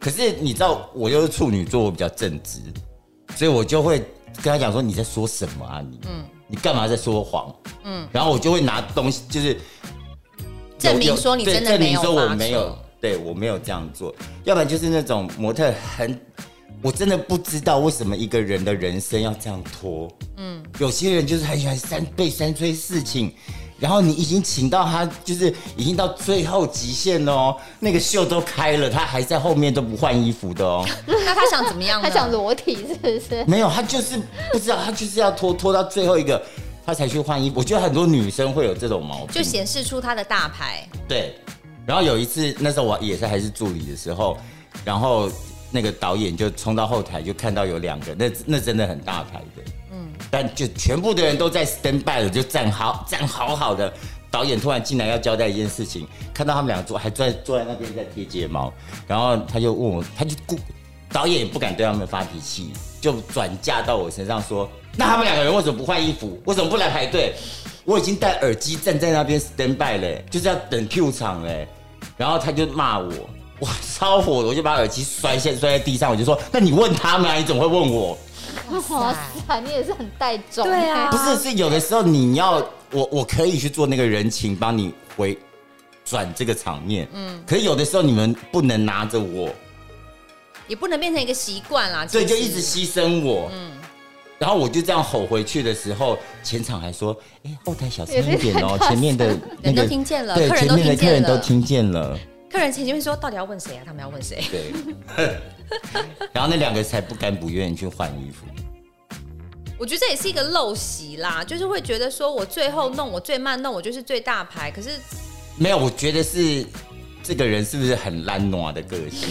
[SPEAKER 2] 可是你知道，我又是处女座，我比较正直，所以我就会跟他讲说：“你在说什么啊你？
[SPEAKER 3] 嗯
[SPEAKER 2] 你干嘛在说谎？”嗯，然后我就会拿东西，就是
[SPEAKER 1] 证明
[SPEAKER 2] 有
[SPEAKER 1] 说你
[SPEAKER 2] 对
[SPEAKER 1] 真的
[SPEAKER 2] 证
[SPEAKER 1] 没
[SPEAKER 2] 明
[SPEAKER 1] 有
[SPEAKER 2] 说我
[SPEAKER 1] 发
[SPEAKER 2] 没
[SPEAKER 1] 错
[SPEAKER 2] 有，对我没有这样做。要不然就是那种模特很，我真的不知道为什么一个人的人生要这样拖。嗯，有些人就是很喜欢三被三催四请，然后你已经请到他，就是已经到最后极限了哦，那个秀都开了，他还在后面都不换衣服
[SPEAKER 1] [laughs]
[SPEAKER 2] 的哦。
[SPEAKER 1] 那他想怎么样呢？
[SPEAKER 3] 啊
[SPEAKER 1] 啊
[SPEAKER 3] 他想裸体是不是？
[SPEAKER 2] 没有，他就是不知道，他就是要拖拖到最后一个，他才去换衣服。我觉得很多女生会有这种毛病，
[SPEAKER 1] 就显示出他的大牌。
[SPEAKER 2] 对，然后有一次，那时候我也是还是助理的时候，然后那个导演就冲到后台，就看到有两个，那那真的很大牌的，嗯，但就全部的人都在 stand by 了，就站好站好好的。导演突然进来要交代一件事情，看到他们两个坐还坐在坐在那边在贴睫毛，然后他就问我，他就顾导演也不敢对他们发脾气，就转嫁到我身上说：“那他们两个人为什么不换衣服？为什么不来排队？我已经戴耳机站在那边 stand by 嘞、就是要等 Q 场嘞、然后他就骂我，哇，超火的！我就把耳机摔下摔在地上，我就说：“那你问他们啊，你怎么会问我？”
[SPEAKER 3] 哇塞，你也是很带种。欸
[SPEAKER 1] 对啊
[SPEAKER 2] 不是，是有的时候你要我，我可以去做那个人情，帮你回转这个场面。嗯，可是有的时候你们不能拿着我，
[SPEAKER 1] 也不能变成一个习惯啦。
[SPEAKER 2] 所以
[SPEAKER 1] 其
[SPEAKER 2] 就
[SPEAKER 1] 实
[SPEAKER 2] 一直牺牲我。嗯，然后我就这样吼回去的时候，前场还说：“哎、后台小声一点
[SPEAKER 1] [laughs]
[SPEAKER 2] 哦、前面的那
[SPEAKER 1] 人都
[SPEAKER 2] 个
[SPEAKER 1] 听见了，
[SPEAKER 2] 对，
[SPEAKER 1] 客人
[SPEAKER 2] 前
[SPEAKER 1] 都
[SPEAKER 2] 面
[SPEAKER 1] 听
[SPEAKER 2] 的客
[SPEAKER 1] 见
[SPEAKER 2] 人都
[SPEAKER 1] 了，
[SPEAKER 2] 听见了。”
[SPEAKER 1] 客人前面说到底要问谁啊？他们要问谁？ [laughs]
[SPEAKER 2] 对，
[SPEAKER 1] [laughs]
[SPEAKER 2] [laughs] 然后那两个才不甘不愿意去换衣服。
[SPEAKER 1] 我觉得这也是一个陋习啦，就是会觉得说我最后弄，我最慢弄，我就是最大牌。可是
[SPEAKER 2] 没有，我觉得是这个人是不是很懒惰的个性？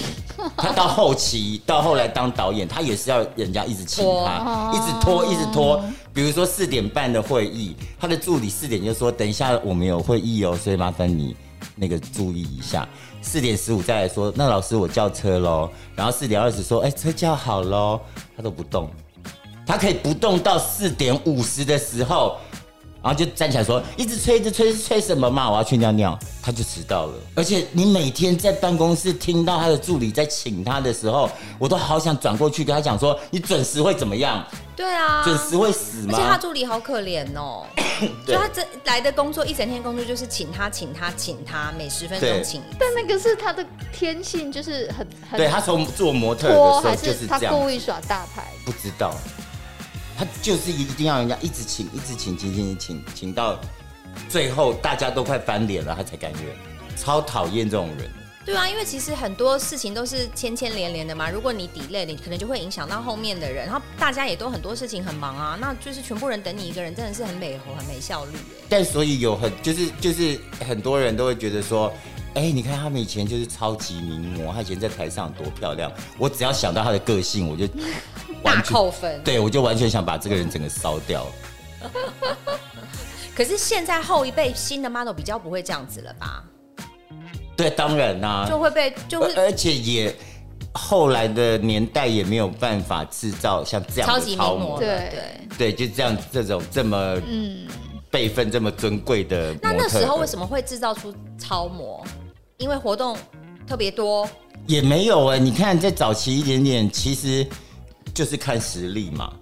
[SPEAKER 2] 他到后期到后来当导演，他也是要人家一直请他，
[SPEAKER 3] 拖
[SPEAKER 2] 一直拖，一直拖。比如说四点半的会议，他的助理四点就说：“等一下我们有会议哦，所以麻烦你那个注意一下。”四点十五再来说：“那老师我叫车喽。”然后四点二十说：“哎、车叫好喽。”他都不动，他可以不动到四点五十的时候，然后就站起来说：“一直吹，一直吹，吹什么嘛？我要去尿尿。”他就迟到了。而且你每天在办公室听到他的助理在请他的时候，我都好想转过去跟他讲说：“你准时会怎么样？
[SPEAKER 1] 对啊，
[SPEAKER 2] 准时会死
[SPEAKER 1] 而且他
[SPEAKER 2] 吗
[SPEAKER 1] 助理好可怜哦，就
[SPEAKER 2] [coughs] 对
[SPEAKER 1] 他这来的工作一整天工作就是请他请他请他，每十分钟
[SPEAKER 2] 对
[SPEAKER 1] 请一次。
[SPEAKER 3] 但那个是他的天性，就是很？”很
[SPEAKER 2] 对他从做模特的
[SPEAKER 3] 拖，
[SPEAKER 2] 时候
[SPEAKER 3] 还
[SPEAKER 2] 就是是
[SPEAKER 3] 他
[SPEAKER 2] 这样，
[SPEAKER 3] 故意耍大牌？
[SPEAKER 2] 不知道，他就是一定要人家一直请，一直请，请请请请到最后大家都快翻脸了，他才甘愿。超讨厌这种人。
[SPEAKER 1] 对啊，因为其实很多事情都是牵牵连连的嘛。如果你 delay，你可能就会影响到后面的人，然后大家也都很多事情很忙啊，那就是全部人等你一个人，真的是很美猴，很没效率耶。
[SPEAKER 2] 但所以有很就是就是很多人都会觉得说，哎、你看他们以前就是超级名模，他以前在台上多漂亮。我只要想到他的个性，我就
[SPEAKER 1] 大
[SPEAKER 2] 完全
[SPEAKER 1] 扣分。
[SPEAKER 2] 对我就完全想把这个人整个烧掉。
[SPEAKER 1] 可是现在后一辈新的 model 比较不会这样子了吧？
[SPEAKER 2] 对，当然啦、
[SPEAKER 1] 就会被就
[SPEAKER 2] 而
[SPEAKER 1] 会
[SPEAKER 2] 而且也后来的年代也没有办法制造像这样
[SPEAKER 1] 超
[SPEAKER 2] 的
[SPEAKER 1] 级名
[SPEAKER 2] 超
[SPEAKER 1] 模
[SPEAKER 2] 模，
[SPEAKER 1] 了。
[SPEAKER 3] 对
[SPEAKER 1] 对。
[SPEAKER 2] 对，就这样这种这么
[SPEAKER 3] 嗯，
[SPEAKER 2] 辈分这么尊贵的模特
[SPEAKER 1] 那
[SPEAKER 2] 呃儿。
[SPEAKER 1] 那时候为什么会制造出超模？因为活动特别多，
[SPEAKER 2] 也没有哎、你看在早期一点点，其实就是看实力嘛，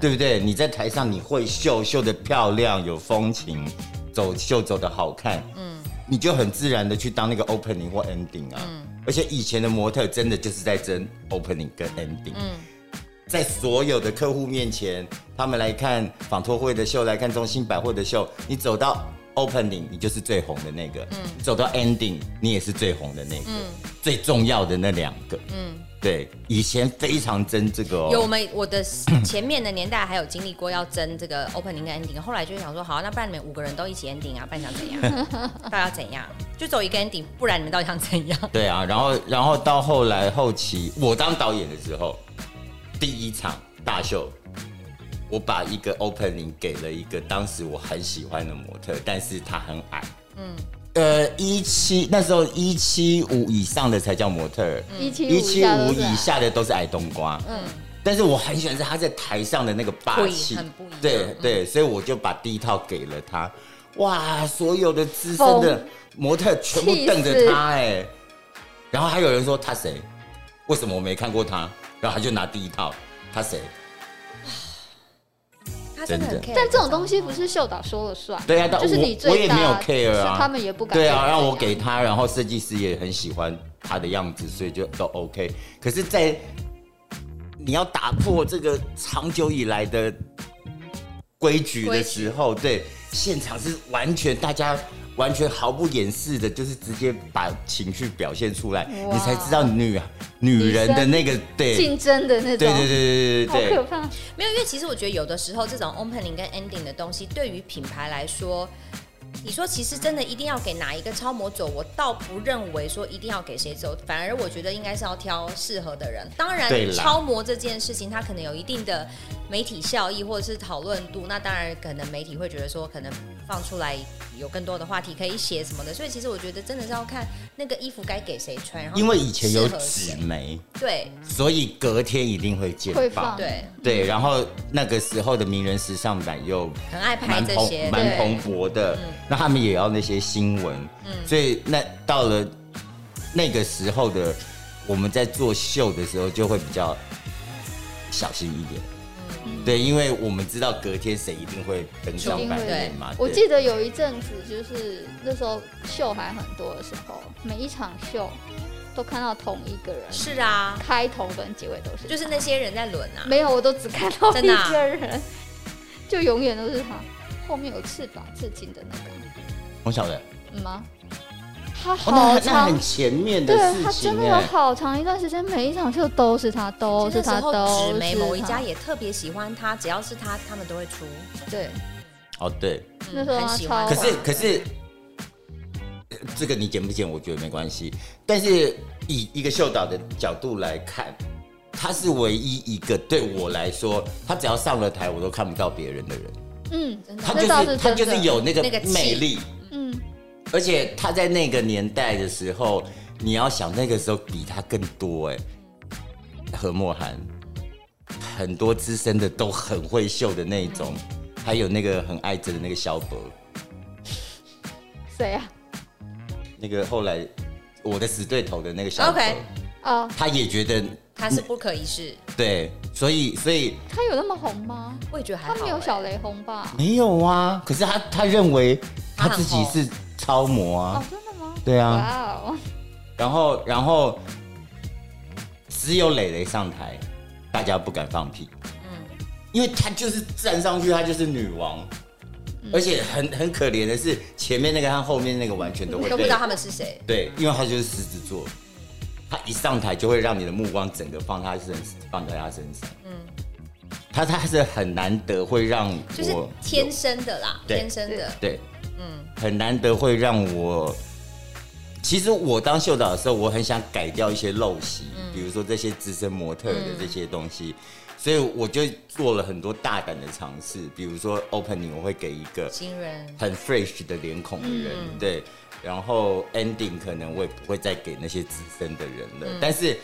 [SPEAKER 2] 对不对？你在台上你会秀，秀的漂亮，有风情，走秀走的好看，嗯，你就很自然的去当那个 opening 或 ending 啊。而且以前的模特真的就是在争 opening 跟 ending，嗯，在所有的客户面前，他们来看纺托会的秀，来看中兴百货的秀，你走到 opening，你就是最红的那个；你走到 ending，你也是最红的那个，最重要的那两个。嗯，对，以前非常争这个
[SPEAKER 1] 有我
[SPEAKER 2] 哦。
[SPEAKER 1] 们我的前面的年代还有经历过要争这个 opening 跟 ending，后来就想说好，那不然你们五个人都一起 ending 啊，不然想怎样？ [laughs] 到底要怎样？就走一个 ending，不然你们到底想怎样？
[SPEAKER 2] 对啊，然后然后到后来后期，我当导演的时候，第一场大秀，我把一个 opening 给了一个当时我很喜欢的模特，但是她很矮。嗯，呃，一七那时候一七五以上的才叫模特儿，
[SPEAKER 1] 嗯
[SPEAKER 3] 一七
[SPEAKER 2] 一七五
[SPEAKER 3] 以下都是
[SPEAKER 2] 以
[SPEAKER 3] 啊
[SPEAKER 2] 下的都是矮冬瓜。嗯，但是我很喜欢是他在台上的那个霸气，
[SPEAKER 1] 会很不一样
[SPEAKER 2] 对对，所以我就把第一套给了他。哇，所有的资深的模特全部瞪着他哎、然后还有人说他谁？为什么我没看过他？然后他就拿第一套，他谁？
[SPEAKER 1] 他真的很
[SPEAKER 2] 真
[SPEAKER 1] care，
[SPEAKER 3] 但这种东西不是秀导说了算，
[SPEAKER 2] 对啊，但
[SPEAKER 3] 就是
[SPEAKER 2] 我
[SPEAKER 3] 你
[SPEAKER 2] 我
[SPEAKER 3] 最
[SPEAKER 2] 也
[SPEAKER 3] 大，
[SPEAKER 2] 没有 care
[SPEAKER 3] 是
[SPEAKER 2] 啊，
[SPEAKER 3] 他们也不敢
[SPEAKER 2] 对啊，
[SPEAKER 3] 怎样
[SPEAKER 2] 让我给他，然后设计师也很喜欢他的样子，所以就都 OK。可是，在你要打破这个长久以来的规矩的时候，对现场是完全大家完全毫不掩饰的，就是直接把情绪表现出来，
[SPEAKER 3] 哇
[SPEAKER 2] 你才知道女女人的那个对对
[SPEAKER 3] 竞争的那种，
[SPEAKER 2] 对对对对对
[SPEAKER 3] 好可
[SPEAKER 2] 对，
[SPEAKER 3] 怕。
[SPEAKER 1] 没有，因为其实我觉得有的时候这种 opening 跟 ending 的东西，对于品牌来说，你说其实真的一定要给哪一个超模走，我倒不认为说一定要给谁走，反而我觉得应该是要挑适合的人。当然
[SPEAKER 2] 对，啦
[SPEAKER 1] 超模这件事情它可能有一定的媒体效益或者是讨论度，那当然可能媒体会觉得说可能放出来有更多的话题可以写什么的，所以其实我觉得真的是要看那个衣服该给谁穿，然后
[SPEAKER 2] 因为以前
[SPEAKER 1] 适
[SPEAKER 2] 有
[SPEAKER 1] 合
[SPEAKER 2] 纸
[SPEAKER 1] 谁
[SPEAKER 2] 媒，
[SPEAKER 1] 对
[SPEAKER 2] 所以隔天一定会见
[SPEAKER 3] 会
[SPEAKER 2] 报
[SPEAKER 3] 放。
[SPEAKER 1] 对，
[SPEAKER 2] 对，然后那个时候的名人时尚版又
[SPEAKER 1] 很爱拍
[SPEAKER 2] 蛮
[SPEAKER 1] 这
[SPEAKER 2] 蓬
[SPEAKER 1] 些，
[SPEAKER 2] 蛮
[SPEAKER 3] 对嗯
[SPEAKER 2] 蓬勃的，那他们也要那些新闻，所以那到了那个时候的我们在做秀的时候就会比较小心一点。对，因为我们知道隔天谁一定会登上
[SPEAKER 3] 嗯一定
[SPEAKER 2] 版
[SPEAKER 3] 会
[SPEAKER 2] 面嘛。
[SPEAKER 3] 我
[SPEAKER 2] 对
[SPEAKER 3] 记得有一阵子，就是那时候秀还很多的时候，每一场秀都看到同一个人，
[SPEAKER 1] 是啊，
[SPEAKER 3] 开头跟结尾都是他，
[SPEAKER 1] 就是那些人在轮啊，
[SPEAKER 3] 没有，我都只看到
[SPEAKER 1] 真
[SPEAKER 3] 一
[SPEAKER 1] 的啊
[SPEAKER 3] 个人，就永远都是他后面有翅膀刺青的那个
[SPEAKER 2] 我晓得，
[SPEAKER 3] 嗯吗？他
[SPEAKER 2] 哦，那
[SPEAKER 3] 好
[SPEAKER 2] 那
[SPEAKER 3] 长，
[SPEAKER 2] 很前面的
[SPEAKER 3] 对
[SPEAKER 2] 事
[SPEAKER 3] 他真
[SPEAKER 2] 情
[SPEAKER 3] 的有
[SPEAKER 2] 哎。
[SPEAKER 3] 好长一段时间，每一场秀都是他，都
[SPEAKER 1] 其
[SPEAKER 3] 哦是
[SPEAKER 1] 实那
[SPEAKER 3] 他，
[SPEAKER 1] 时候
[SPEAKER 3] 都
[SPEAKER 1] 纸媒
[SPEAKER 3] 是
[SPEAKER 1] 某一家
[SPEAKER 3] 他。
[SPEAKER 1] 也特别喜欢他，只要是他，他们都会出。
[SPEAKER 3] 对，
[SPEAKER 2] 哦，对，
[SPEAKER 1] 嗯
[SPEAKER 3] 那时候
[SPEAKER 1] 很
[SPEAKER 3] 他
[SPEAKER 1] 喜欢
[SPEAKER 3] 超
[SPEAKER 2] 可
[SPEAKER 1] 他。
[SPEAKER 2] 是可是，呃这个你剪不剪，我觉得没关系。但是以一个秀导的角度来看，他是唯一一个对我来说，他只要上了台，我都看不到别人的人。
[SPEAKER 3] 嗯，
[SPEAKER 1] 真的
[SPEAKER 2] 他
[SPEAKER 3] 这
[SPEAKER 2] 就
[SPEAKER 3] 倒
[SPEAKER 2] 是
[SPEAKER 3] 是
[SPEAKER 2] 他
[SPEAKER 3] 真
[SPEAKER 2] 就
[SPEAKER 3] 的
[SPEAKER 2] 是有那个
[SPEAKER 1] 那个气
[SPEAKER 2] 魅力，
[SPEAKER 3] 嗯，
[SPEAKER 2] 而且他在那个年代的时候，你要想那个时候比他更多哎、何莫涵，很多资深的都很会秀的那一种，还有那个很爱着的那个萧伯，
[SPEAKER 3] 谁啊？
[SPEAKER 2] 那个后来我的死对头的那个萧伯
[SPEAKER 1] OK
[SPEAKER 3] 哦，
[SPEAKER 2] 他也觉得
[SPEAKER 1] 他是不可一世，
[SPEAKER 2] 对，所以所以
[SPEAKER 3] 他有那么红吗？
[SPEAKER 1] 我也觉得还
[SPEAKER 3] 他
[SPEAKER 1] 好、
[SPEAKER 3] 没有
[SPEAKER 1] 欸
[SPEAKER 3] 小雷红吧？
[SPEAKER 2] 没有啊，可是他他认为他
[SPEAKER 1] 他很
[SPEAKER 2] 自己
[SPEAKER 1] 红
[SPEAKER 2] 是超模啊，
[SPEAKER 3] 哦，真的吗？
[SPEAKER 2] 对啊。
[SPEAKER 3] 哇哦，
[SPEAKER 2] 然后，然后只有磊磊上台，大家不敢放屁。因为她就是站上去，她就是女王，
[SPEAKER 1] 嗯
[SPEAKER 2] 而且很很可怜的是，前面那个和后面那个完全都会
[SPEAKER 1] 都不知道
[SPEAKER 2] 对
[SPEAKER 1] 他们是谁。
[SPEAKER 2] 对，因为她就是狮子座，她一上台就会让你的目光整个放她身，放在她身上。嗯，她她是很难得会让我
[SPEAKER 1] 就是天生的啦，
[SPEAKER 2] 对
[SPEAKER 1] 天生的，
[SPEAKER 2] 对，嗯，很难得会让我。其实我当秀导的时候，我很想改掉一些陋习，
[SPEAKER 1] 嗯
[SPEAKER 2] 比如说这些资深模特的这些东西，所以我就做了很多大胆的尝试，比如说 opening 我会给一个
[SPEAKER 1] 新人
[SPEAKER 2] 很 fresh 的脸孔的人，对，然后 ending 可能我也不会再给那些资深的人了，但是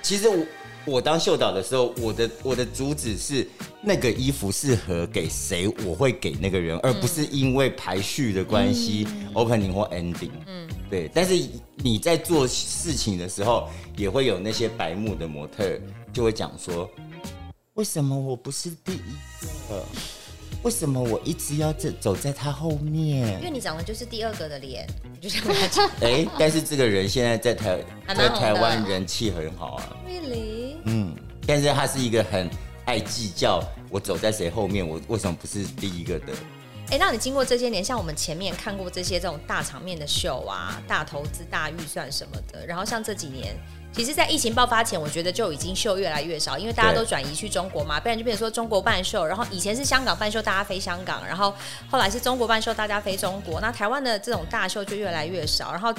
[SPEAKER 2] 其实我。我当秀导的时候，我的我的主旨是那个衣服适合给谁，我会给那个人，而不是因为排序的关系、o p e n i n g 或 ending。嗯，对。但是你在做事情的时候，也会有那些白目的模特儿就会讲说：“为什么我不是第一个？为什么我一直要走走在他后面
[SPEAKER 1] 因 [laughs] 为？”你长得就是第二个的脸，你就这样跟他讲
[SPEAKER 2] 哎、但是这个人现在在台
[SPEAKER 1] 还蛮
[SPEAKER 2] 在
[SPEAKER 1] 红的
[SPEAKER 2] 台湾人气很好啊。
[SPEAKER 1] ，really，
[SPEAKER 2] 嗯，但是他是一个很爱计较，我走在谁后面，我为什么不是第一个的？
[SPEAKER 1] 哎、那你经过这些年，像我们前面看过这些这种大场面的秀啊，大投资、大预算什么的，然后像这几年，其实，在疫情爆发前，我觉得就已经秀越来越少，因为大家
[SPEAKER 2] 对
[SPEAKER 1] 都转移去中国嘛，不然就变成说中国办秀，然后以前是香港办秀，大家飞香港，然后后来是中国办秀，大家飞中国，那台湾的这种大秀就越来越少，然后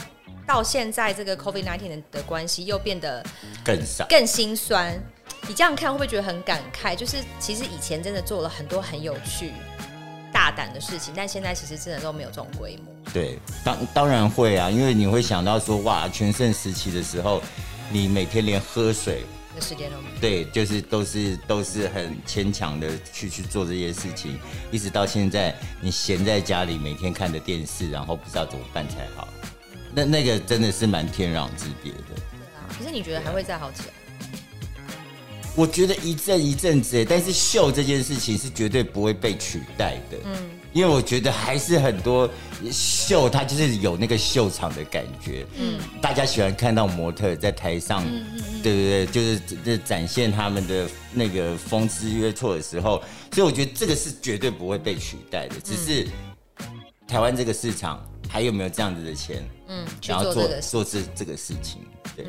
[SPEAKER 1] 到现在这个 COVID 1 9的关系又变得
[SPEAKER 2] 更少。
[SPEAKER 1] 更心酸。你这样看会不会觉得很感慨？就是其实以前真的做了很多很有趣、大胆的事情，但现在其实真的都没有这种规模。
[SPEAKER 2] 对，当当然会啊，因为你会想到说，哇，全盛时期的时候，你每天连喝水，
[SPEAKER 1] 那时间都没有。
[SPEAKER 2] 对，就是都是都是很牵强的去去做这些事情，一直到现在，你闲在家里每天看着电视，然后不知道怎么办才好，那那个真的是蛮天壤之别的。
[SPEAKER 1] 对啊可是你觉得还会再好起来？
[SPEAKER 2] 我觉得一阵一阵子耶，但是秀这件事情是绝对不会被取代的。嗯，因为我觉得还是很多秀，它就是有那个秀场的感觉。嗯，大家喜欢看到模特在台上，
[SPEAKER 1] 嗯
[SPEAKER 2] 对对对，就是这展现他们的那个风姿约错的时候，所以我觉得这个是绝对不会被取代
[SPEAKER 1] 嗯
[SPEAKER 2] 的。只是台湾这个市场还有没有这样子的钱，
[SPEAKER 1] 嗯，去
[SPEAKER 2] 然后
[SPEAKER 1] 做这个事。嗯
[SPEAKER 2] 做做这这个事情？对，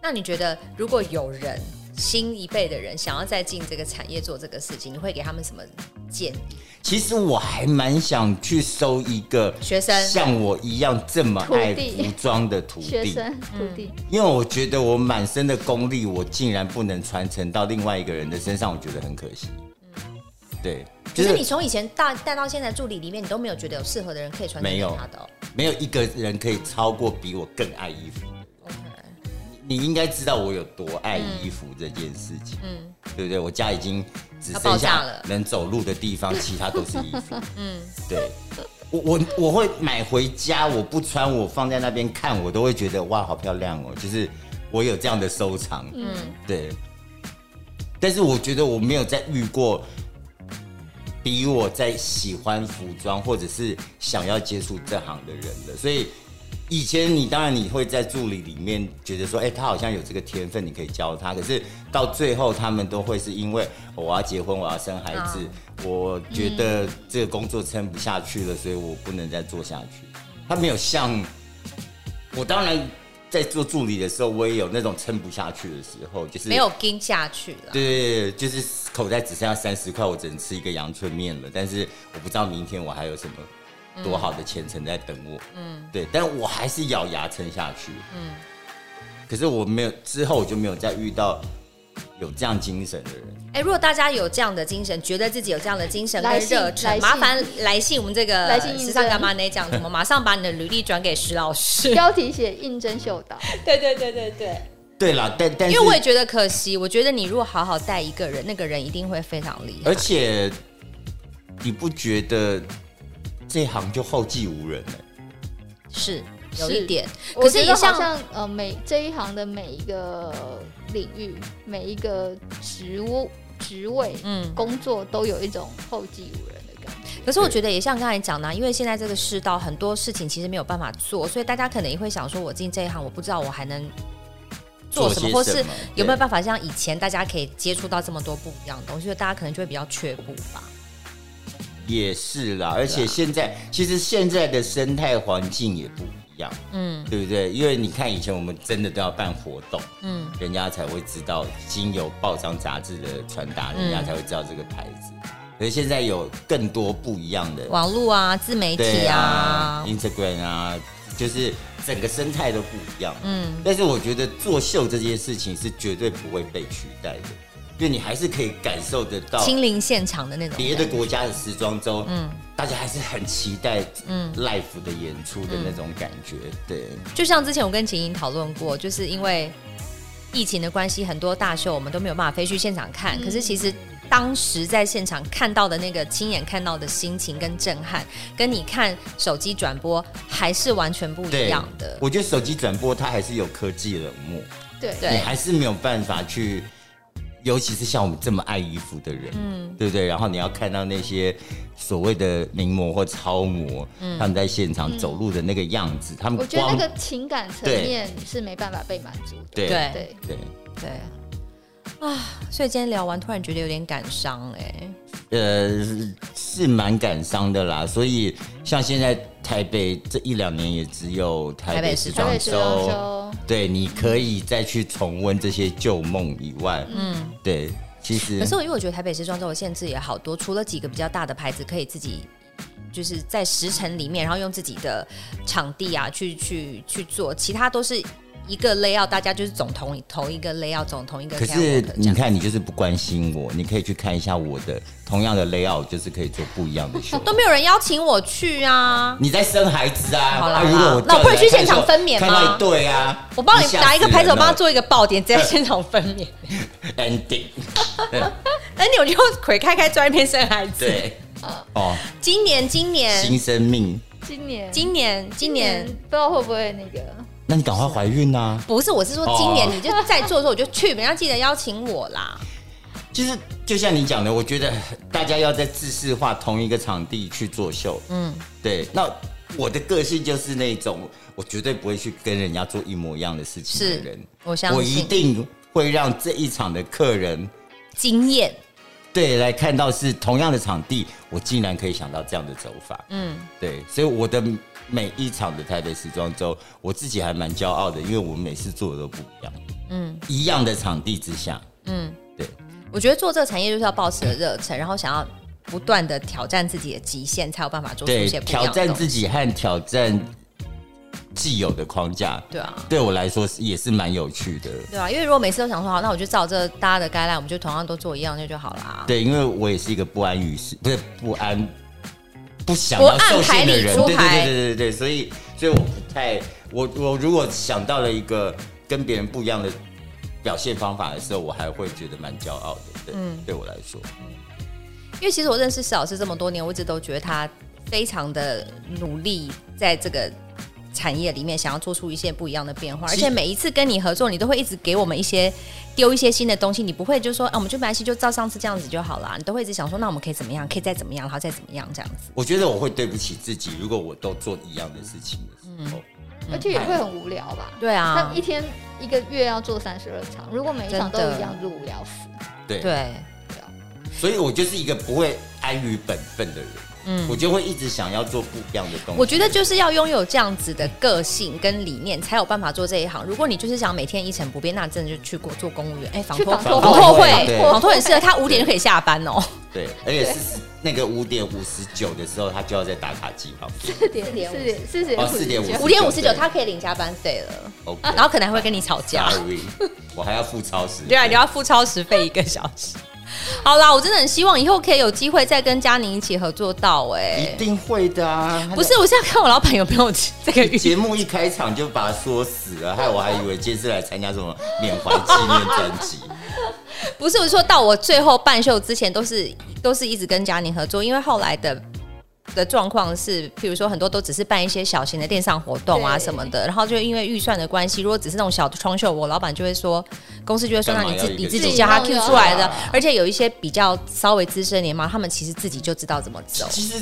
[SPEAKER 1] 那你觉得如果有人新一辈的人想要再进这个产业做这个事情，你会给他们什么建议？
[SPEAKER 2] 其实我还蛮想去收一个
[SPEAKER 1] 学生
[SPEAKER 2] 像我一样这么爱
[SPEAKER 3] 徒弟
[SPEAKER 2] 服装的徒
[SPEAKER 3] 学
[SPEAKER 2] 弟，
[SPEAKER 3] 生
[SPEAKER 1] 嗯
[SPEAKER 3] 徒弟，
[SPEAKER 2] 因为我觉得我满身的功力，我竟然不能传承到另外一个人的身上，我觉得很可惜。对，
[SPEAKER 1] 可是你从以前大带到现在助理里面，你都没有觉得有适合的人可以传承
[SPEAKER 2] 没
[SPEAKER 1] 给
[SPEAKER 2] 有
[SPEAKER 1] 他的、哦。
[SPEAKER 2] 没有一个人可以超过比我更爱衣服。
[SPEAKER 1] OK，
[SPEAKER 2] 你应该知道我有多爱衣服这件事情，嗯，对不对？我家已经只
[SPEAKER 1] 它爆
[SPEAKER 2] 剩
[SPEAKER 1] 炸
[SPEAKER 2] 下
[SPEAKER 1] 了
[SPEAKER 2] 能走路的地方，其他都是衣服，嗯，对。我我我会买回家，我不穿，我放在那边看，我都会觉得哇，好漂亮哦！就是我有这样的收藏，嗯，对。但是我觉得我没有再遇过比我在喜欢服装或者是想要接触这行的人了，所以。以前你当然你会在助理里面觉得说，哎、他好像有这个天分，你可以教他。可是到最后，他们都会是因为、哦我要结婚，我要生孩子，我觉得这个工作撑不下去了，所以我不能再做下去。他没有像我，当然在做助理的时候，我也有那种撑不下去的时候，就是
[SPEAKER 1] 没有跟下去了。
[SPEAKER 2] 对对对，就是口袋只剩下三十块，我只能吃一个阳春面了。但是我不知道明天我还有什么多好的前程在等我。嗯，对，但我还是咬牙撑下去。嗯，可是我没有之后，我就没有再遇到有这样精神的人。
[SPEAKER 1] 哎、如果大家有这样的精神，觉得自己有这样的精神跟
[SPEAKER 3] 来信
[SPEAKER 1] 热忱，
[SPEAKER 3] 来信
[SPEAKER 1] 麻烦来信我们这个
[SPEAKER 3] 来信应征
[SPEAKER 1] 时尚干嘛呢讲什么，马上把你的履历转给石老师。
[SPEAKER 3] 标题写应征秀导，
[SPEAKER 1] [laughs] 对对对对对，
[SPEAKER 2] 对啦，但但
[SPEAKER 1] 因
[SPEAKER 2] 是
[SPEAKER 1] 为我也觉得可惜，我觉得你如果好好带一个人，那个人一定会非常厉害
[SPEAKER 2] 而。且你不觉得这行就后继无人了、
[SPEAKER 1] 是
[SPEAKER 3] 是
[SPEAKER 1] 有一点，可
[SPEAKER 3] 我
[SPEAKER 1] 是
[SPEAKER 3] 觉
[SPEAKER 1] 一
[SPEAKER 3] 得好
[SPEAKER 1] 向
[SPEAKER 3] 像呃每这一行的每一个领域、每一个职务、职位、
[SPEAKER 1] 嗯，
[SPEAKER 3] 工作都有一种后继无人的感觉。
[SPEAKER 1] 可是我觉得也像刚才讲的啊，因为现在这个世道，很多事情其实没有办法做，所以大家可能也会想说，我进这一行，我不知道我还能做什么，
[SPEAKER 2] 些
[SPEAKER 1] 或是
[SPEAKER 2] 什么
[SPEAKER 1] 有没有
[SPEAKER 2] 对
[SPEAKER 1] 办法像以前大家可以接触到这么多不一样的东西，所以大家可能就会比较缺步吧。
[SPEAKER 2] 也是啦，
[SPEAKER 1] 啊
[SPEAKER 2] 而且现在其实现在的生态环境也不一样，
[SPEAKER 1] 嗯
[SPEAKER 2] 对不对？因为你看以前我们真的都要办活动，
[SPEAKER 1] 嗯，
[SPEAKER 2] 人家才会知道，经由报章杂志的传达，人家才会知道这个牌子。
[SPEAKER 1] 嗯
[SPEAKER 2] 可是现在有更多不一样的，
[SPEAKER 1] 网络啊，自媒体
[SPEAKER 2] 对
[SPEAKER 1] 啊，
[SPEAKER 2] ，Instagram 啊，就是整个生态都不一样。
[SPEAKER 1] 嗯，
[SPEAKER 2] 但是我觉得做秀这件事情是绝对不会被取代的，因为你还是可以感受得到
[SPEAKER 1] 嗯亲临现场的那种感觉，
[SPEAKER 2] 别的国家的时装周，
[SPEAKER 1] 嗯
[SPEAKER 2] 嗯，大家还是很期待，
[SPEAKER 1] 嗯
[SPEAKER 2] 嗯，live 的演出的那种感觉，
[SPEAKER 3] 嗯
[SPEAKER 2] 对，
[SPEAKER 1] 就像之前我跟秦莹讨论过，就是因为疫情的关系，很多大秀我们都没有办法飞去现场看。
[SPEAKER 3] 嗯
[SPEAKER 1] 可是其实当时在现场看到的那个亲眼看到的心情跟震撼，跟你看手机转播还是完全不一
[SPEAKER 2] 对
[SPEAKER 1] 样的。
[SPEAKER 2] 我觉得手机转播它还是有科技冷漠，
[SPEAKER 3] 对
[SPEAKER 1] 对
[SPEAKER 2] 你还是没有办法去，尤其是像我们这么爱衣服的人，嗯，对不对？然后你要看到那些所谓的名模或超模，他们在现场走路的那个样子，他们
[SPEAKER 3] 嗯我觉得那
[SPEAKER 2] 光
[SPEAKER 3] 个情感层
[SPEAKER 2] 对
[SPEAKER 3] 面是没办法被满足的。
[SPEAKER 2] 对
[SPEAKER 1] 对
[SPEAKER 3] 对，
[SPEAKER 2] 对。
[SPEAKER 1] 对啊，所以今天聊完，突然觉得有点感伤哎、
[SPEAKER 2] 呃，是蛮感伤的啦。所以像现在台北这一两年也只有台北时
[SPEAKER 1] 台
[SPEAKER 3] 台
[SPEAKER 2] 装
[SPEAKER 3] 北时装
[SPEAKER 2] 周，
[SPEAKER 3] 周
[SPEAKER 2] 对，你可以再去重温这些旧梦以外，
[SPEAKER 1] 嗯
[SPEAKER 2] 嗯，对，其实
[SPEAKER 1] 可是我因为我觉得台北时装周的限制也好多，除了几个比较大的牌子可以自己。就是在时辰里面，然后用自己的场地啊去去去做，其他都是一个 layout，大家就是总同一同一个 layout，总同一个 catwalk
[SPEAKER 2] 可
[SPEAKER 1] 啊这样。
[SPEAKER 2] 是你看，你就是不关心我，你可以去看一下我的同样的 layout，就是可以做不一样的秀。
[SPEAKER 1] [laughs] 都没有人邀请我去啊！
[SPEAKER 2] 你在生孩子啊？
[SPEAKER 1] 好啦
[SPEAKER 2] 啊
[SPEAKER 1] 好啦
[SPEAKER 2] 如果我
[SPEAKER 1] 那我不能
[SPEAKER 2] 叫你
[SPEAKER 1] 去
[SPEAKER 2] 来
[SPEAKER 1] 现
[SPEAKER 2] 看
[SPEAKER 1] 场
[SPEAKER 2] 秀
[SPEAKER 1] 分娩
[SPEAKER 2] 看到
[SPEAKER 1] 吗
[SPEAKER 2] 一对啊，
[SPEAKER 1] 我帮你
[SPEAKER 2] 吓
[SPEAKER 1] 拿一个
[SPEAKER 2] 死
[SPEAKER 1] 牌子，我
[SPEAKER 2] 人
[SPEAKER 1] 帮他
[SPEAKER 2] 了
[SPEAKER 1] 做一个爆点，直接现场分
[SPEAKER 2] [laughs]
[SPEAKER 1] 娩。
[SPEAKER 2] ending，
[SPEAKER 1] 那你我就腿开开坐在那边生孩子。 [laughs]
[SPEAKER 2] 对，
[SPEAKER 1] 嗯
[SPEAKER 2] 哦，
[SPEAKER 1] 今年今年
[SPEAKER 2] 新生命，
[SPEAKER 3] 今年
[SPEAKER 1] 今年今年
[SPEAKER 3] 不知道会不会那个
[SPEAKER 2] 那你赶快怀孕啊！
[SPEAKER 1] 不是，我是说今年
[SPEAKER 2] 哦
[SPEAKER 1] 你就在做的时候我就去，人家记得邀请我啦。
[SPEAKER 2] 就是就像你讲的，我觉得大家要在自视化同一个场地去作秀。
[SPEAKER 1] 嗯
[SPEAKER 2] 嗯，对。那我的个性就是那种，我绝对不会去跟人家做一模一样的事情的人
[SPEAKER 1] 是。我相信
[SPEAKER 2] 我一定会让这一场的客人
[SPEAKER 1] 经验，
[SPEAKER 2] 对来看到是同样的场地，我竟然可以想到这样的走法。
[SPEAKER 1] 嗯。
[SPEAKER 2] 对，所以我的每一场的台北时装周，我自己还蛮骄傲的，因为我每次做的都不一样。嗯，一样的场地之下，
[SPEAKER 1] 嗯
[SPEAKER 2] 嗯，对。
[SPEAKER 1] 我觉得做这个产业就是要保持着热忱，然后想要不断的挑战自己的极限，才有办法做出一
[SPEAKER 2] 对，
[SPEAKER 1] 些不一样
[SPEAKER 2] 挑
[SPEAKER 1] 的
[SPEAKER 2] 战
[SPEAKER 1] 东西
[SPEAKER 2] 自己和挑战既有的框架，
[SPEAKER 1] 对啊。
[SPEAKER 2] 对我来说是也是蛮有趣的。
[SPEAKER 1] 对啊，因为如果每次都想说好，那我就照这大家的该来，我们就同样都做一样那就好啦。
[SPEAKER 2] 对，因为我也是一个不安于世，不是不安，不想
[SPEAKER 1] 不
[SPEAKER 2] 要
[SPEAKER 1] 按
[SPEAKER 2] 受
[SPEAKER 1] 牌
[SPEAKER 2] 限的
[SPEAKER 1] 理
[SPEAKER 2] 人。
[SPEAKER 1] 出
[SPEAKER 2] 对对
[SPEAKER 1] 牌
[SPEAKER 2] 对对对对，所以所以我不太，我我如果想到了一个跟别人不一样的表现方法的时候，我还会觉得蛮骄傲
[SPEAKER 1] 嗯
[SPEAKER 2] 的。对，对我来说，
[SPEAKER 1] 因为其实我认识史老师这么多年，我一直都觉得他非常的努力在这个。产业里面想要做出一些不一样的变化，而
[SPEAKER 2] 其
[SPEAKER 1] 且每一次跟你合作，你都会一直给我们一些丢一些新的东西，你不会就说啊，我们就没关系，就照上次这样子就好啦。你都会一直想说，那我们可以怎么样，可以再怎么样，然后再怎么样这样子。
[SPEAKER 2] 我觉得我会对不起自己，如果我都做一样的事情的
[SPEAKER 1] 嗯
[SPEAKER 2] 时候，
[SPEAKER 3] 而且也会很无聊吧？
[SPEAKER 1] 对啊
[SPEAKER 3] 他一，天一个月要做三十二场，如果每一场都一样，就无聊死。
[SPEAKER 2] 对，
[SPEAKER 1] 对，
[SPEAKER 2] 所以我就是一个不会安于本分的人，
[SPEAKER 1] 嗯
[SPEAKER 2] 我，就会一直想要做不一样的东西。
[SPEAKER 1] 我觉得就是要拥有这样子的个性跟理念，才有办法做这一行。如果你就是想每天一成不变，那真的就去过做公务员。哎、防
[SPEAKER 3] 去
[SPEAKER 1] 脱
[SPEAKER 3] 访
[SPEAKER 2] 托
[SPEAKER 1] 防脱
[SPEAKER 2] 会
[SPEAKER 1] 会，啊
[SPEAKER 2] 对
[SPEAKER 1] 防脱很适合他五点就可以下班哦、
[SPEAKER 2] 对，而且是那个五点五十九的时候，他就要在打卡机旁
[SPEAKER 1] [laughs]
[SPEAKER 2] 边。
[SPEAKER 3] 四点四点四点
[SPEAKER 2] 哦4.59
[SPEAKER 1] 五点五十九
[SPEAKER 2] 对
[SPEAKER 1] 他可以领加班费了，
[SPEAKER 2] OK，
[SPEAKER 1] 然后可能还会跟你吵架。
[SPEAKER 2] Sorry，我还要付超时。
[SPEAKER 1] 对啊，你要付超时费一个小时。 [laughs] 好啦，我真的很希望以后可以有机会再跟佳宁一起合作到哎、
[SPEAKER 2] 一定会的啊！
[SPEAKER 1] 不是，我现在看我老板有没有这个预
[SPEAKER 2] 节目一开场就把他说死了，害我还以为今天是来参加什么缅怀纪念专
[SPEAKER 1] [laughs]
[SPEAKER 2] 辑。
[SPEAKER 1] 不是，我说到我最后半秀之前，都是都是一直跟佳宁合作，因为后来的的状况是，譬如说很多都只是办一些小型的电商活动啊
[SPEAKER 3] 对
[SPEAKER 1] 什么的，然后就因为预算的关系，如果只是那种小的窗秀，我老板就会说，公司就会说，那
[SPEAKER 2] 干嘛
[SPEAKER 1] 你自
[SPEAKER 2] 要一个
[SPEAKER 1] 你自
[SPEAKER 2] 自
[SPEAKER 1] 己
[SPEAKER 2] 己
[SPEAKER 1] 叫他
[SPEAKER 3] 弄
[SPEAKER 1] Q
[SPEAKER 3] 就
[SPEAKER 1] 出来
[SPEAKER 2] 好
[SPEAKER 1] 的
[SPEAKER 2] 啊，
[SPEAKER 1] 而且有一些比较稍微资深的嘛，他们其实自己就知道怎么走。
[SPEAKER 2] 其实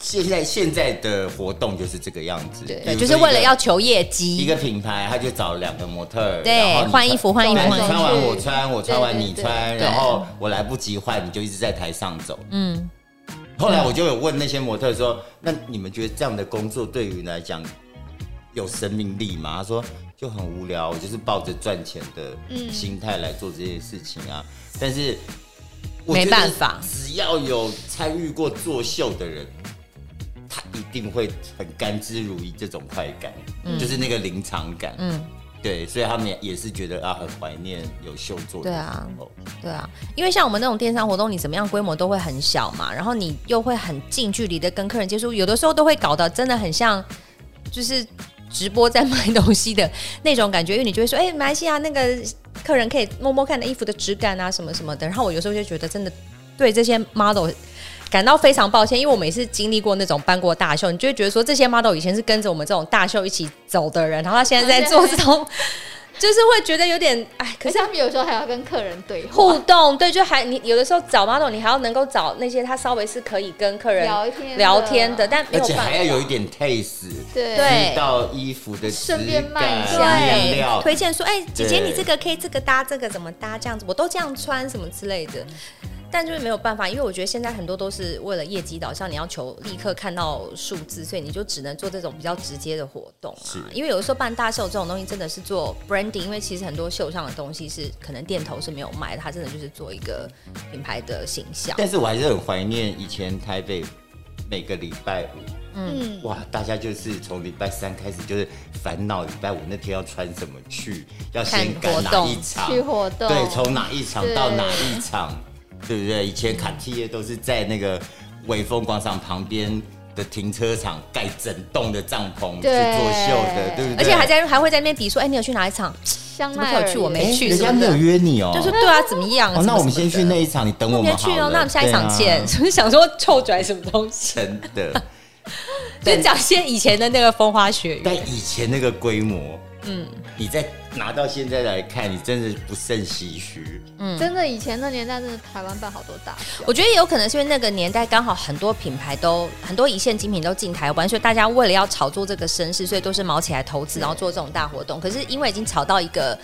[SPEAKER 2] 现在现在的活动就是这个样子，
[SPEAKER 3] 对
[SPEAKER 1] 对，
[SPEAKER 2] 比如
[SPEAKER 1] 就
[SPEAKER 2] 说
[SPEAKER 1] 是为了
[SPEAKER 2] 一个
[SPEAKER 1] 要求业
[SPEAKER 2] 一
[SPEAKER 1] 绩，
[SPEAKER 2] 个品牌，他就找两个模特儿，然后
[SPEAKER 1] 对，
[SPEAKER 2] 你
[SPEAKER 1] 换衣服，换衣服，
[SPEAKER 2] 穿
[SPEAKER 1] 换
[SPEAKER 2] 你
[SPEAKER 1] 衣
[SPEAKER 2] 穿
[SPEAKER 1] 服。
[SPEAKER 2] 完我穿，我穿完
[SPEAKER 3] 对对
[SPEAKER 2] 你
[SPEAKER 3] 对
[SPEAKER 2] 穿，
[SPEAKER 1] 对
[SPEAKER 2] 然后我来不及换，你就一直在台上走。
[SPEAKER 1] 嗯，
[SPEAKER 2] 后来我就有问那些模特说：“那你们觉得这样的工作对于你来讲有生命力吗？”他说：“就很无聊，我就是抱着赚钱的心态来做这些事情啊。但是我觉
[SPEAKER 1] 嗯没
[SPEAKER 2] 得
[SPEAKER 1] 办法
[SPEAKER 2] 只要有参与过作秀的人，他一定会很甘之如饴这种快感，就是那个临场感。
[SPEAKER 1] 嗯
[SPEAKER 2] 嗯，对，所以他们也也是觉得啊，很怀念有秀做的
[SPEAKER 1] 对啊
[SPEAKER 2] 时候。
[SPEAKER 1] 对啊，因为像我们那种电商活动，你怎么样规模都会很小嘛，然后你又会很近距离的跟客人接触，有的时候都会搞得真的很像，就是直播在卖东西的那种感觉，因为你就会说，哎、马来西亚那个客人可以摸摸看的衣服的质感啊，什么什么的。然后我有时候就觉得，真的对这些 model 感到非常抱歉，因为我们也是经历过那种办过大秀，你就会觉得说，这些 model 以前是跟着我们这种大秀一起走的人，然后他现在在做这种，就是会觉得有点，哎，可
[SPEAKER 3] 可
[SPEAKER 1] 是
[SPEAKER 3] 是他们有时候还要跟客人对
[SPEAKER 1] 互
[SPEAKER 3] 话，
[SPEAKER 1] 动，对，就还你有的时候找 model，你还要能够找那些他稍微是可以跟客人
[SPEAKER 3] 聊天的
[SPEAKER 1] 聊天的，啊但没
[SPEAKER 2] 而
[SPEAKER 1] 有
[SPEAKER 2] 且
[SPEAKER 1] 办
[SPEAKER 2] 还
[SPEAKER 1] 法。
[SPEAKER 2] 要有一点 taste，
[SPEAKER 3] 对
[SPEAKER 1] 对
[SPEAKER 2] 知道衣服的质
[SPEAKER 3] 顺便卖
[SPEAKER 2] 感
[SPEAKER 3] 一下
[SPEAKER 2] 面料
[SPEAKER 1] 推荐说，哎、姐姐，
[SPEAKER 2] 对
[SPEAKER 1] 你这个可以这个搭，这个怎么搭，这样子，我都这样穿，什么之类的。但就是没有办法，因为我觉得现在很多都是为了业绩导向，你要求立刻看到数字，所以你就只能做这种比较直接的活动
[SPEAKER 2] 是
[SPEAKER 1] 啊。因为有的时候办大秀这种东西真的是做 branding，因为其实很多秀上的东西是可能店头是没有卖的，它真的就是做一个品牌的形象。
[SPEAKER 2] 但是我还是很怀念以前台北每个礼拜五，
[SPEAKER 3] 嗯，
[SPEAKER 2] 哇，大家就是从礼拜三开始就是烦恼礼拜五那天要穿什么去，要先
[SPEAKER 1] 看活
[SPEAKER 2] 赶
[SPEAKER 1] 动
[SPEAKER 2] 哪一场，
[SPEAKER 3] 去活动，
[SPEAKER 2] 对，从哪一场
[SPEAKER 3] 对
[SPEAKER 2] 到哪一场，对不对？以前卡蒂耶都是在那个威风广场旁边。的停车场盖整栋的帐篷去做
[SPEAKER 3] 对
[SPEAKER 2] 秀的，对不对？哦
[SPEAKER 1] 而且还在还会在那边比说，哎、你有去哪一场？
[SPEAKER 3] 香
[SPEAKER 1] 怎么
[SPEAKER 3] 奈
[SPEAKER 1] 可
[SPEAKER 3] 儿
[SPEAKER 1] 有去？我没
[SPEAKER 2] 哎
[SPEAKER 1] 去，
[SPEAKER 2] 人
[SPEAKER 1] 什
[SPEAKER 2] 家
[SPEAKER 1] 么
[SPEAKER 2] 没有
[SPEAKER 1] 的。
[SPEAKER 2] 约你哦，
[SPEAKER 1] 就是对啊，怎么样？
[SPEAKER 2] 哦，
[SPEAKER 1] 什么
[SPEAKER 2] 那我们先去那
[SPEAKER 1] 什
[SPEAKER 2] 一场，你等我
[SPEAKER 1] 么的
[SPEAKER 2] 们
[SPEAKER 1] 先
[SPEAKER 2] 好
[SPEAKER 1] 去哦
[SPEAKER 2] 了。。
[SPEAKER 1] 那我们下一场
[SPEAKER 2] 对
[SPEAKER 1] 见。
[SPEAKER 2] 啊
[SPEAKER 1] 是不是想说臭拽什么东西？
[SPEAKER 2] 真的，
[SPEAKER 1] 就讲些以前的那个风花雪月。
[SPEAKER 2] 但以前那个规模，嗯，你再拿到现在来看，你真的不胜唏嘘。
[SPEAKER 1] 嗯
[SPEAKER 3] 真的以前那年代，真的台湾办好多大秀，
[SPEAKER 1] 我觉得也有可能是因为那个年代刚好很多品牌都很多一线精品都进台湾，所以大家为了要炒作这个声势，所以都是毛起来投资，然后做这种大活动。可是因为已经炒到一个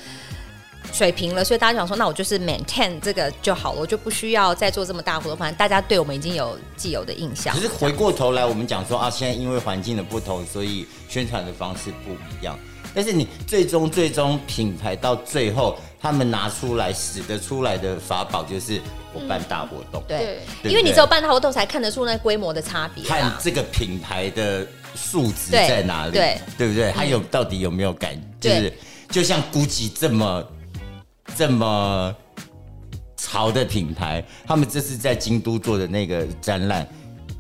[SPEAKER 1] 水平了，所以大家想说，那我就是 maintain 这个就好了，我就不需要再做这么大活动。反正大家对我们已经有既有的印象
[SPEAKER 2] 可。是回过头来，我们讲说啊，现在因为环境的不同，所以宣传的方式不一样。但是你最终最终品牌到最后，他们拿出来使得出来的法宝就是我办大活动，
[SPEAKER 1] 对，
[SPEAKER 2] 对
[SPEAKER 1] 因为
[SPEAKER 2] 不
[SPEAKER 1] 你
[SPEAKER 2] 对
[SPEAKER 1] 只有办大活动才看得出那规模的差别啊
[SPEAKER 2] 看
[SPEAKER 1] 啦。
[SPEAKER 2] 这个品牌的数值
[SPEAKER 1] 对
[SPEAKER 2] 在哪里，
[SPEAKER 1] 对
[SPEAKER 2] 不对？它有到底有没有感？就
[SPEAKER 1] 对
[SPEAKER 2] 是就像 GUCCI 这么这么潮的品牌，他们这次在京都做的那个展览。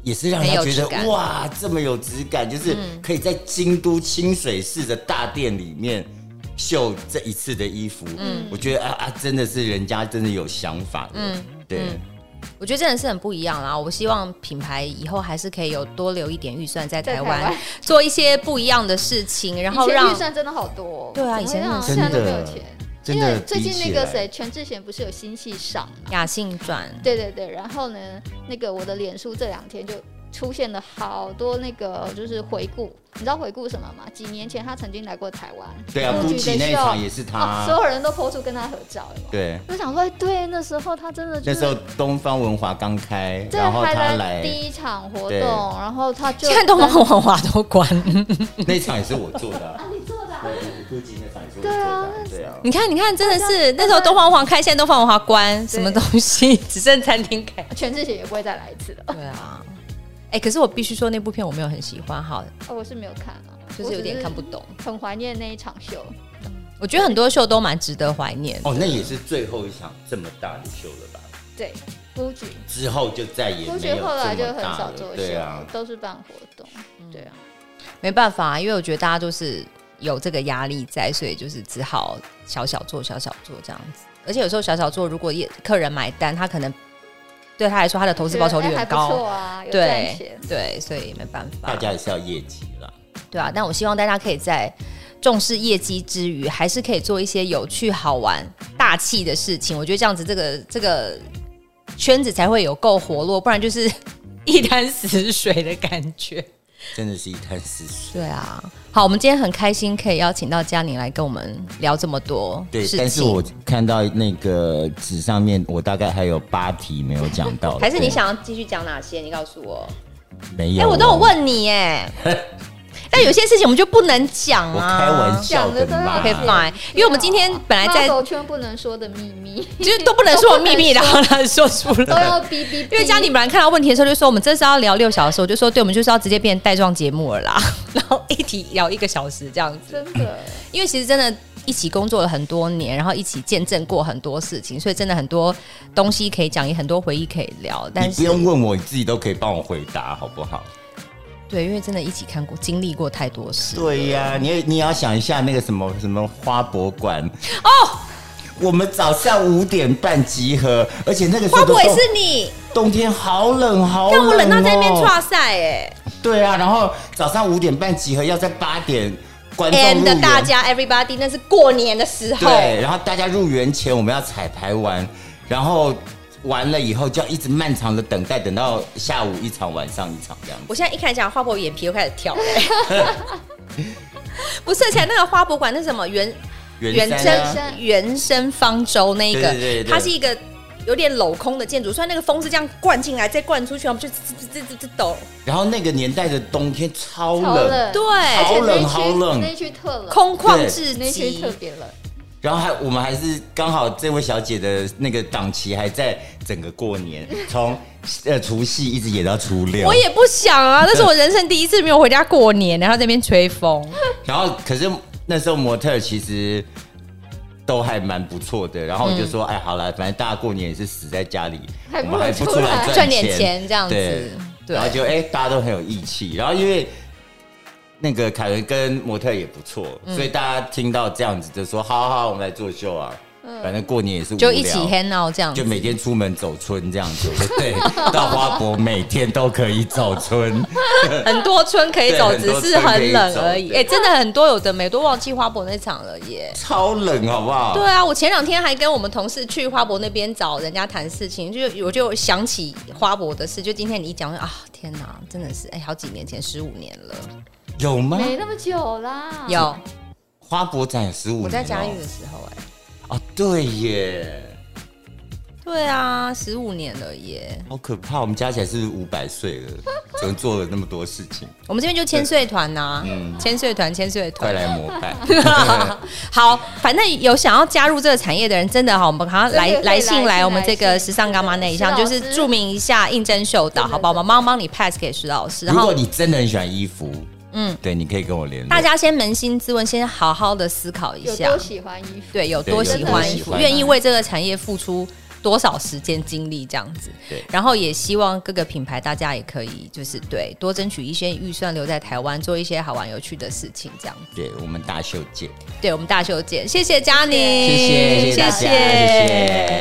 [SPEAKER 2] 也是让
[SPEAKER 1] 很有
[SPEAKER 2] 他觉
[SPEAKER 1] 质感
[SPEAKER 2] 得哇，这么有质感，就是可以在京都清水寺的大殿里面秀这一次的衣服。嗯，我觉得啊啊，真的是人家真的有想法的。嗯，对，
[SPEAKER 1] 我觉得真的是很不一样啦。我希望品牌以后还是可以有多留一点预算在
[SPEAKER 3] 在
[SPEAKER 1] 台
[SPEAKER 3] 湾
[SPEAKER 1] 湾，做一些不一样的事情，然后
[SPEAKER 3] 以前
[SPEAKER 1] 让
[SPEAKER 3] 预算真的好多哦，
[SPEAKER 1] 对啊
[SPEAKER 3] 怎么
[SPEAKER 1] 以前
[SPEAKER 3] 会
[SPEAKER 1] 真的
[SPEAKER 3] 让现在都
[SPEAKER 2] 真
[SPEAKER 3] 没
[SPEAKER 2] 的
[SPEAKER 3] 有钱。
[SPEAKER 2] 真
[SPEAKER 3] 因为
[SPEAKER 2] 的
[SPEAKER 3] 最近
[SPEAKER 2] 比
[SPEAKER 3] 那
[SPEAKER 2] 起
[SPEAKER 3] 个
[SPEAKER 2] 来
[SPEAKER 3] 谁，全智贤不是有新戏上嘛？
[SPEAKER 1] 雅兴转
[SPEAKER 3] 对对对，然后呢，那个我的脸书这两天就出现了好多那个就是回顾，你知道回顾什么吗？几年前他曾经来过台湾，
[SPEAKER 2] 对啊，
[SPEAKER 3] 嗯
[SPEAKER 2] 布吉那一场也是
[SPEAKER 3] 哦，所
[SPEAKER 2] 他，
[SPEAKER 3] 有人都抛出跟他合照，有没有
[SPEAKER 2] 对，
[SPEAKER 3] 我就想说，哎对，那时候他真的就
[SPEAKER 2] 那时候
[SPEAKER 3] 是。
[SPEAKER 2] 东方文华刚开，
[SPEAKER 3] 这
[SPEAKER 2] 然后他
[SPEAKER 3] 台
[SPEAKER 2] 来
[SPEAKER 3] 湾第一场活动，
[SPEAKER 2] 对
[SPEAKER 3] 然后他就嗯
[SPEAKER 1] 现在东
[SPEAKER 3] 跟
[SPEAKER 1] 方文华都关。
[SPEAKER 2] [laughs] 那场也是我做的啊，
[SPEAKER 3] 你做 [laughs] 的啊、
[SPEAKER 2] 对，布吉那场也是我做的啊，对啊。
[SPEAKER 1] [laughs] 你看，你看，真的是
[SPEAKER 3] 大家
[SPEAKER 1] 那时候东方文华开，现在东方文华关，什么东西 [laughs] 只剩餐厅开。
[SPEAKER 3] 全智贤也不会再来一次了。
[SPEAKER 1] 对啊，哎、可是我必须说那部片我没有很喜欢，哈，
[SPEAKER 3] 哦，我是没有看啊，
[SPEAKER 1] 就是有点看不，懂。
[SPEAKER 3] 很怀念那一场秀。
[SPEAKER 1] 我觉得很多秀都蛮值得怀念的。
[SPEAKER 2] 哦，那也是最后一场这么大的秀了吧？
[SPEAKER 3] 对，估计
[SPEAKER 2] 之后就再也没
[SPEAKER 3] 估
[SPEAKER 2] 有
[SPEAKER 3] 计后来就
[SPEAKER 2] 这
[SPEAKER 3] 很
[SPEAKER 2] 么大
[SPEAKER 3] 少
[SPEAKER 2] 了
[SPEAKER 3] 做秀，
[SPEAKER 2] 对啊，
[SPEAKER 3] 都是办活动。
[SPEAKER 1] 嗯
[SPEAKER 3] 对啊，
[SPEAKER 1] 没办法、因为我觉得大家就是有这个压力在，所以就是只好小小做，小小做这样子。而且有时候小小做，如果业客人买单，他可能对他来说，他的投资报酬率
[SPEAKER 3] 觉得
[SPEAKER 1] 很
[SPEAKER 3] 哎还不
[SPEAKER 1] 高
[SPEAKER 3] 错，啊，有赚
[SPEAKER 1] 对
[SPEAKER 3] 钱。
[SPEAKER 1] 对，所以没办法。
[SPEAKER 2] 大家也是要业绩啦。
[SPEAKER 1] 对啊，但我希望大家可以在重视业绩之余，还是可以做一些有趣、好玩、大气的事情。我觉得这样子，这个这个圈子才会有够活络，不然就是 [laughs] 一滩死水的感觉。
[SPEAKER 2] 真的是一滩死水。
[SPEAKER 1] 对啊，好，我们今天很开心可以邀请到佳宁来跟我们聊这么多
[SPEAKER 2] 对
[SPEAKER 1] 事，情。。
[SPEAKER 2] 但是我看到那个纸上面，我大概还有八题没有讲到
[SPEAKER 1] 还是你
[SPEAKER 2] 对
[SPEAKER 1] 想要继续讲哪些？你告诉我。
[SPEAKER 2] 没有？
[SPEAKER 1] 哎、我都有，问你
[SPEAKER 2] [laughs]
[SPEAKER 1] 哎、但有些事情我们就不能讲
[SPEAKER 2] 我
[SPEAKER 1] 啊。
[SPEAKER 2] 开玩笑的嘛。
[SPEAKER 3] 讲的
[SPEAKER 1] OK fine，因为我们今天本来在
[SPEAKER 3] 狗圈不能说的秘
[SPEAKER 2] [laughs]
[SPEAKER 3] 密，
[SPEAKER 1] 就是都不能说我秘密，然后他说出来
[SPEAKER 3] 都。要逼逼。
[SPEAKER 1] 因为家里本来看到问题的时候就说，我们这是要聊六小时，我就说，对，我们就是要直接变带状节目了啦， [laughs] 然后一题聊一个小时这样子。
[SPEAKER 3] 真的，
[SPEAKER 1] 因为其实真的一起工作了很多年，然后一起见证过很多事情，所以真的很多东西可以讲，也很多回忆可以聊。但
[SPEAKER 2] 哦你不
[SPEAKER 1] 是
[SPEAKER 2] 用问我，你自己都可以帮我回答，好不好？
[SPEAKER 1] 对，因为真的一起看过、经历过太多事。
[SPEAKER 2] 对呀、你也你也要想一下那个什么什么花博馆哦。我们早上五点半集合，而且那个时
[SPEAKER 1] 花
[SPEAKER 2] 候都
[SPEAKER 1] 博也
[SPEAKER 2] 冬
[SPEAKER 1] 是你，
[SPEAKER 2] 冬天好冷好冷、
[SPEAKER 1] 让
[SPEAKER 2] 哦，
[SPEAKER 1] 我冷到在那边岔赛哎
[SPEAKER 2] 对啊，然后早上五点半集合，要在八点观众入
[SPEAKER 1] ，and
[SPEAKER 2] 园
[SPEAKER 1] 大家哦 everybody，那是过年的时候，
[SPEAKER 2] 对，然后大家入园前我们要彩排完，然后完了以后就要一直漫长的等待，等到下午一场，晚上一场这样子。
[SPEAKER 1] 我现在一看讲花博，眼皮又开始跳了、 [laughs] 欸。不是，而且那个花博馆那什么原原
[SPEAKER 2] 山啊
[SPEAKER 3] 山
[SPEAKER 1] 生原生方舟那一个，
[SPEAKER 2] 对对对对
[SPEAKER 1] 它是一个有点镂空的建筑，虽然那个风是这样灌进来再灌出去，然后就这这这这抖，
[SPEAKER 2] 然后那个年代的冬天超冷，
[SPEAKER 3] 超冷，
[SPEAKER 1] 对
[SPEAKER 3] 而且那一区
[SPEAKER 2] 好冷
[SPEAKER 3] 那一区特冷，
[SPEAKER 1] 空旷至
[SPEAKER 3] 那一区
[SPEAKER 1] 极
[SPEAKER 3] 特。别冷，
[SPEAKER 2] 然后还我们还是刚好这位小姐的那个档期还在整个
[SPEAKER 1] [laughs]
[SPEAKER 2] 过年，从呃除夕一直演到初六。
[SPEAKER 1] 我也不想啊，那是我人生第一次没有回家过年，然后在那边吹
[SPEAKER 2] [laughs]
[SPEAKER 1] 风。
[SPEAKER 2] 然后可是那时候模特儿其实都还蛮不错的，然后我就说，
[SPEAKER 1] 嗯
[SPEAKER 2] 哎，好了，反正大家过年也是死在家里，
[SPEAKER 3] 还不
[SPEAKER 2] 我们还
[SPEAKER 3] 如
[SPEAKER 2] 不
[SPEAKER 3] 出
[SPEAKER 2] 出
[SPEAKER 3] 来
[SPEAKER 2] 来赚
[SPEAKER 1] 赚点钱这样子
[SPEAKER 2] 对，
[SPEAKER 1] 对
[SPEAKER 2] 然后就哎，大家都很有义气，然后因为。那个凯文跟模特儿也不错，所以大家听到这样子就说：“好好好，我们来作秀啊！”反正过年也是无
[SPEAKER 1] 嗯就一起
[SPEAKER 2] 聊
[SPEAKER 1] hang out
[SPEAKER 2] [laughs]
[SPEAKER 1] 这样
[SPEAKER 2] 就
[SPEAKER 1] 子，
[SPEAKER 2] 每天出门走村这样子， [laughs] 对，到花博每天都可以走村，
[SPEAKER 1] 很多村可以走，
[SPEAKER 2] 对很
[SPEAKER 1] 只
[SPEAKER 2] 多
[SPEAKER 1] 是
[SPEAKER 2] 村可
[SPEAKER 1] 很
[SPEAKER 2] 以
[SPEAKER 1] 冷
[SPEAKER 2] 走
[SPEAKER 1] 而已。哎、
[SPEAKER 2] 对
[SPEAKER 1] 真的很多有的没，我都忘记花博那场了耶。
[SPEAKER 2] 超冷好不好？
[SPEAKER 1] 对啊，我前两天还跟我们同事去花博那边找人家谈事情，就我就想起花博的事。就今天你一讲，我就啊，天哪，真的是哎、好几年前，十五年了。
[SPEAKER 2] 有吗？
[SPEAKER 3] 没那么久啦，
[SPEAKER 1] 有
[SPEAKER 2] 花博展有十五年、哦，
[SPEAKER 1] 我在嘉义的时候、哎，
[SPEAKER 2] 啊，对耶，
[SPEAKER 1] 对啊，十五年了耶。
[SPEAKER 2] 好可怕，我们加起来是五百岁了，怎么做了那么多事情？
[SPEAKER 1] 我们这边就千岁团呐，
[SPEAKER 2] 嗯
[SPEAKER 1] 千岁团，千岁团
[SPEAKER 2] 快。来膜拜！
[SPEAKER 1] [laughs] 好，反正有想要加入这个产业的人，真的哈，我们好像来
[SPEAKER 3] 真的可以
[SPEAKER 1] 来
[SPEAKER 3] 来
[SPEAKER 1] 信
[SPEAKER 3] 信
[SPEAKER 1] 来我们这个
[SPEAKER 3] 来信
[SPEAKER 1] 时尚干嘛那一项，
[SPEAKER 3] 石
[SPEAKER 1] 就
[SPEAKER 3] 老师
[SPEAKER 1] 是注明一下应征秀导，
[SPEAKER 3] 真的
[SPEAKER 1] 好不好？我们
[SPEAKER 3] 真的
[SPEAKER 1] 帮帮你 pass 给石老师，然
[SPEAKER 2] 如
[SPEAKER 1] 后
[SPEAKER 2] 果你真的很喜欢衣服，嗯，对，你可以跟我联络。
[SPEAKER 1] 大家先扪心自问，先好好的思考一
[SPEAKER 3] 有
[SPEAKER 1] 下
[SPEAKER 3] 多，喜欢衣服，
[SPEAKER 1] 对，有多喜欢啊衣服，
[SPEAKER 2] 对有多喜欢
[SPEAKER 1] 愿意为这个产业付出多少时间精力这样子。
[SPEAKER 2] 对
[SPEAKER 1] 然后也希望各个品牌大家也可以就是对多争取一些预算留在台湾，做一些好玩有趣的事情这样子。
[SPEAKER 2] 对我们大秀见，
[SPEAKER 1] 哎对我们大秀见，谢谢佳宁，
[SPEAKER 2] 谢谢，谢谢大家，谢谢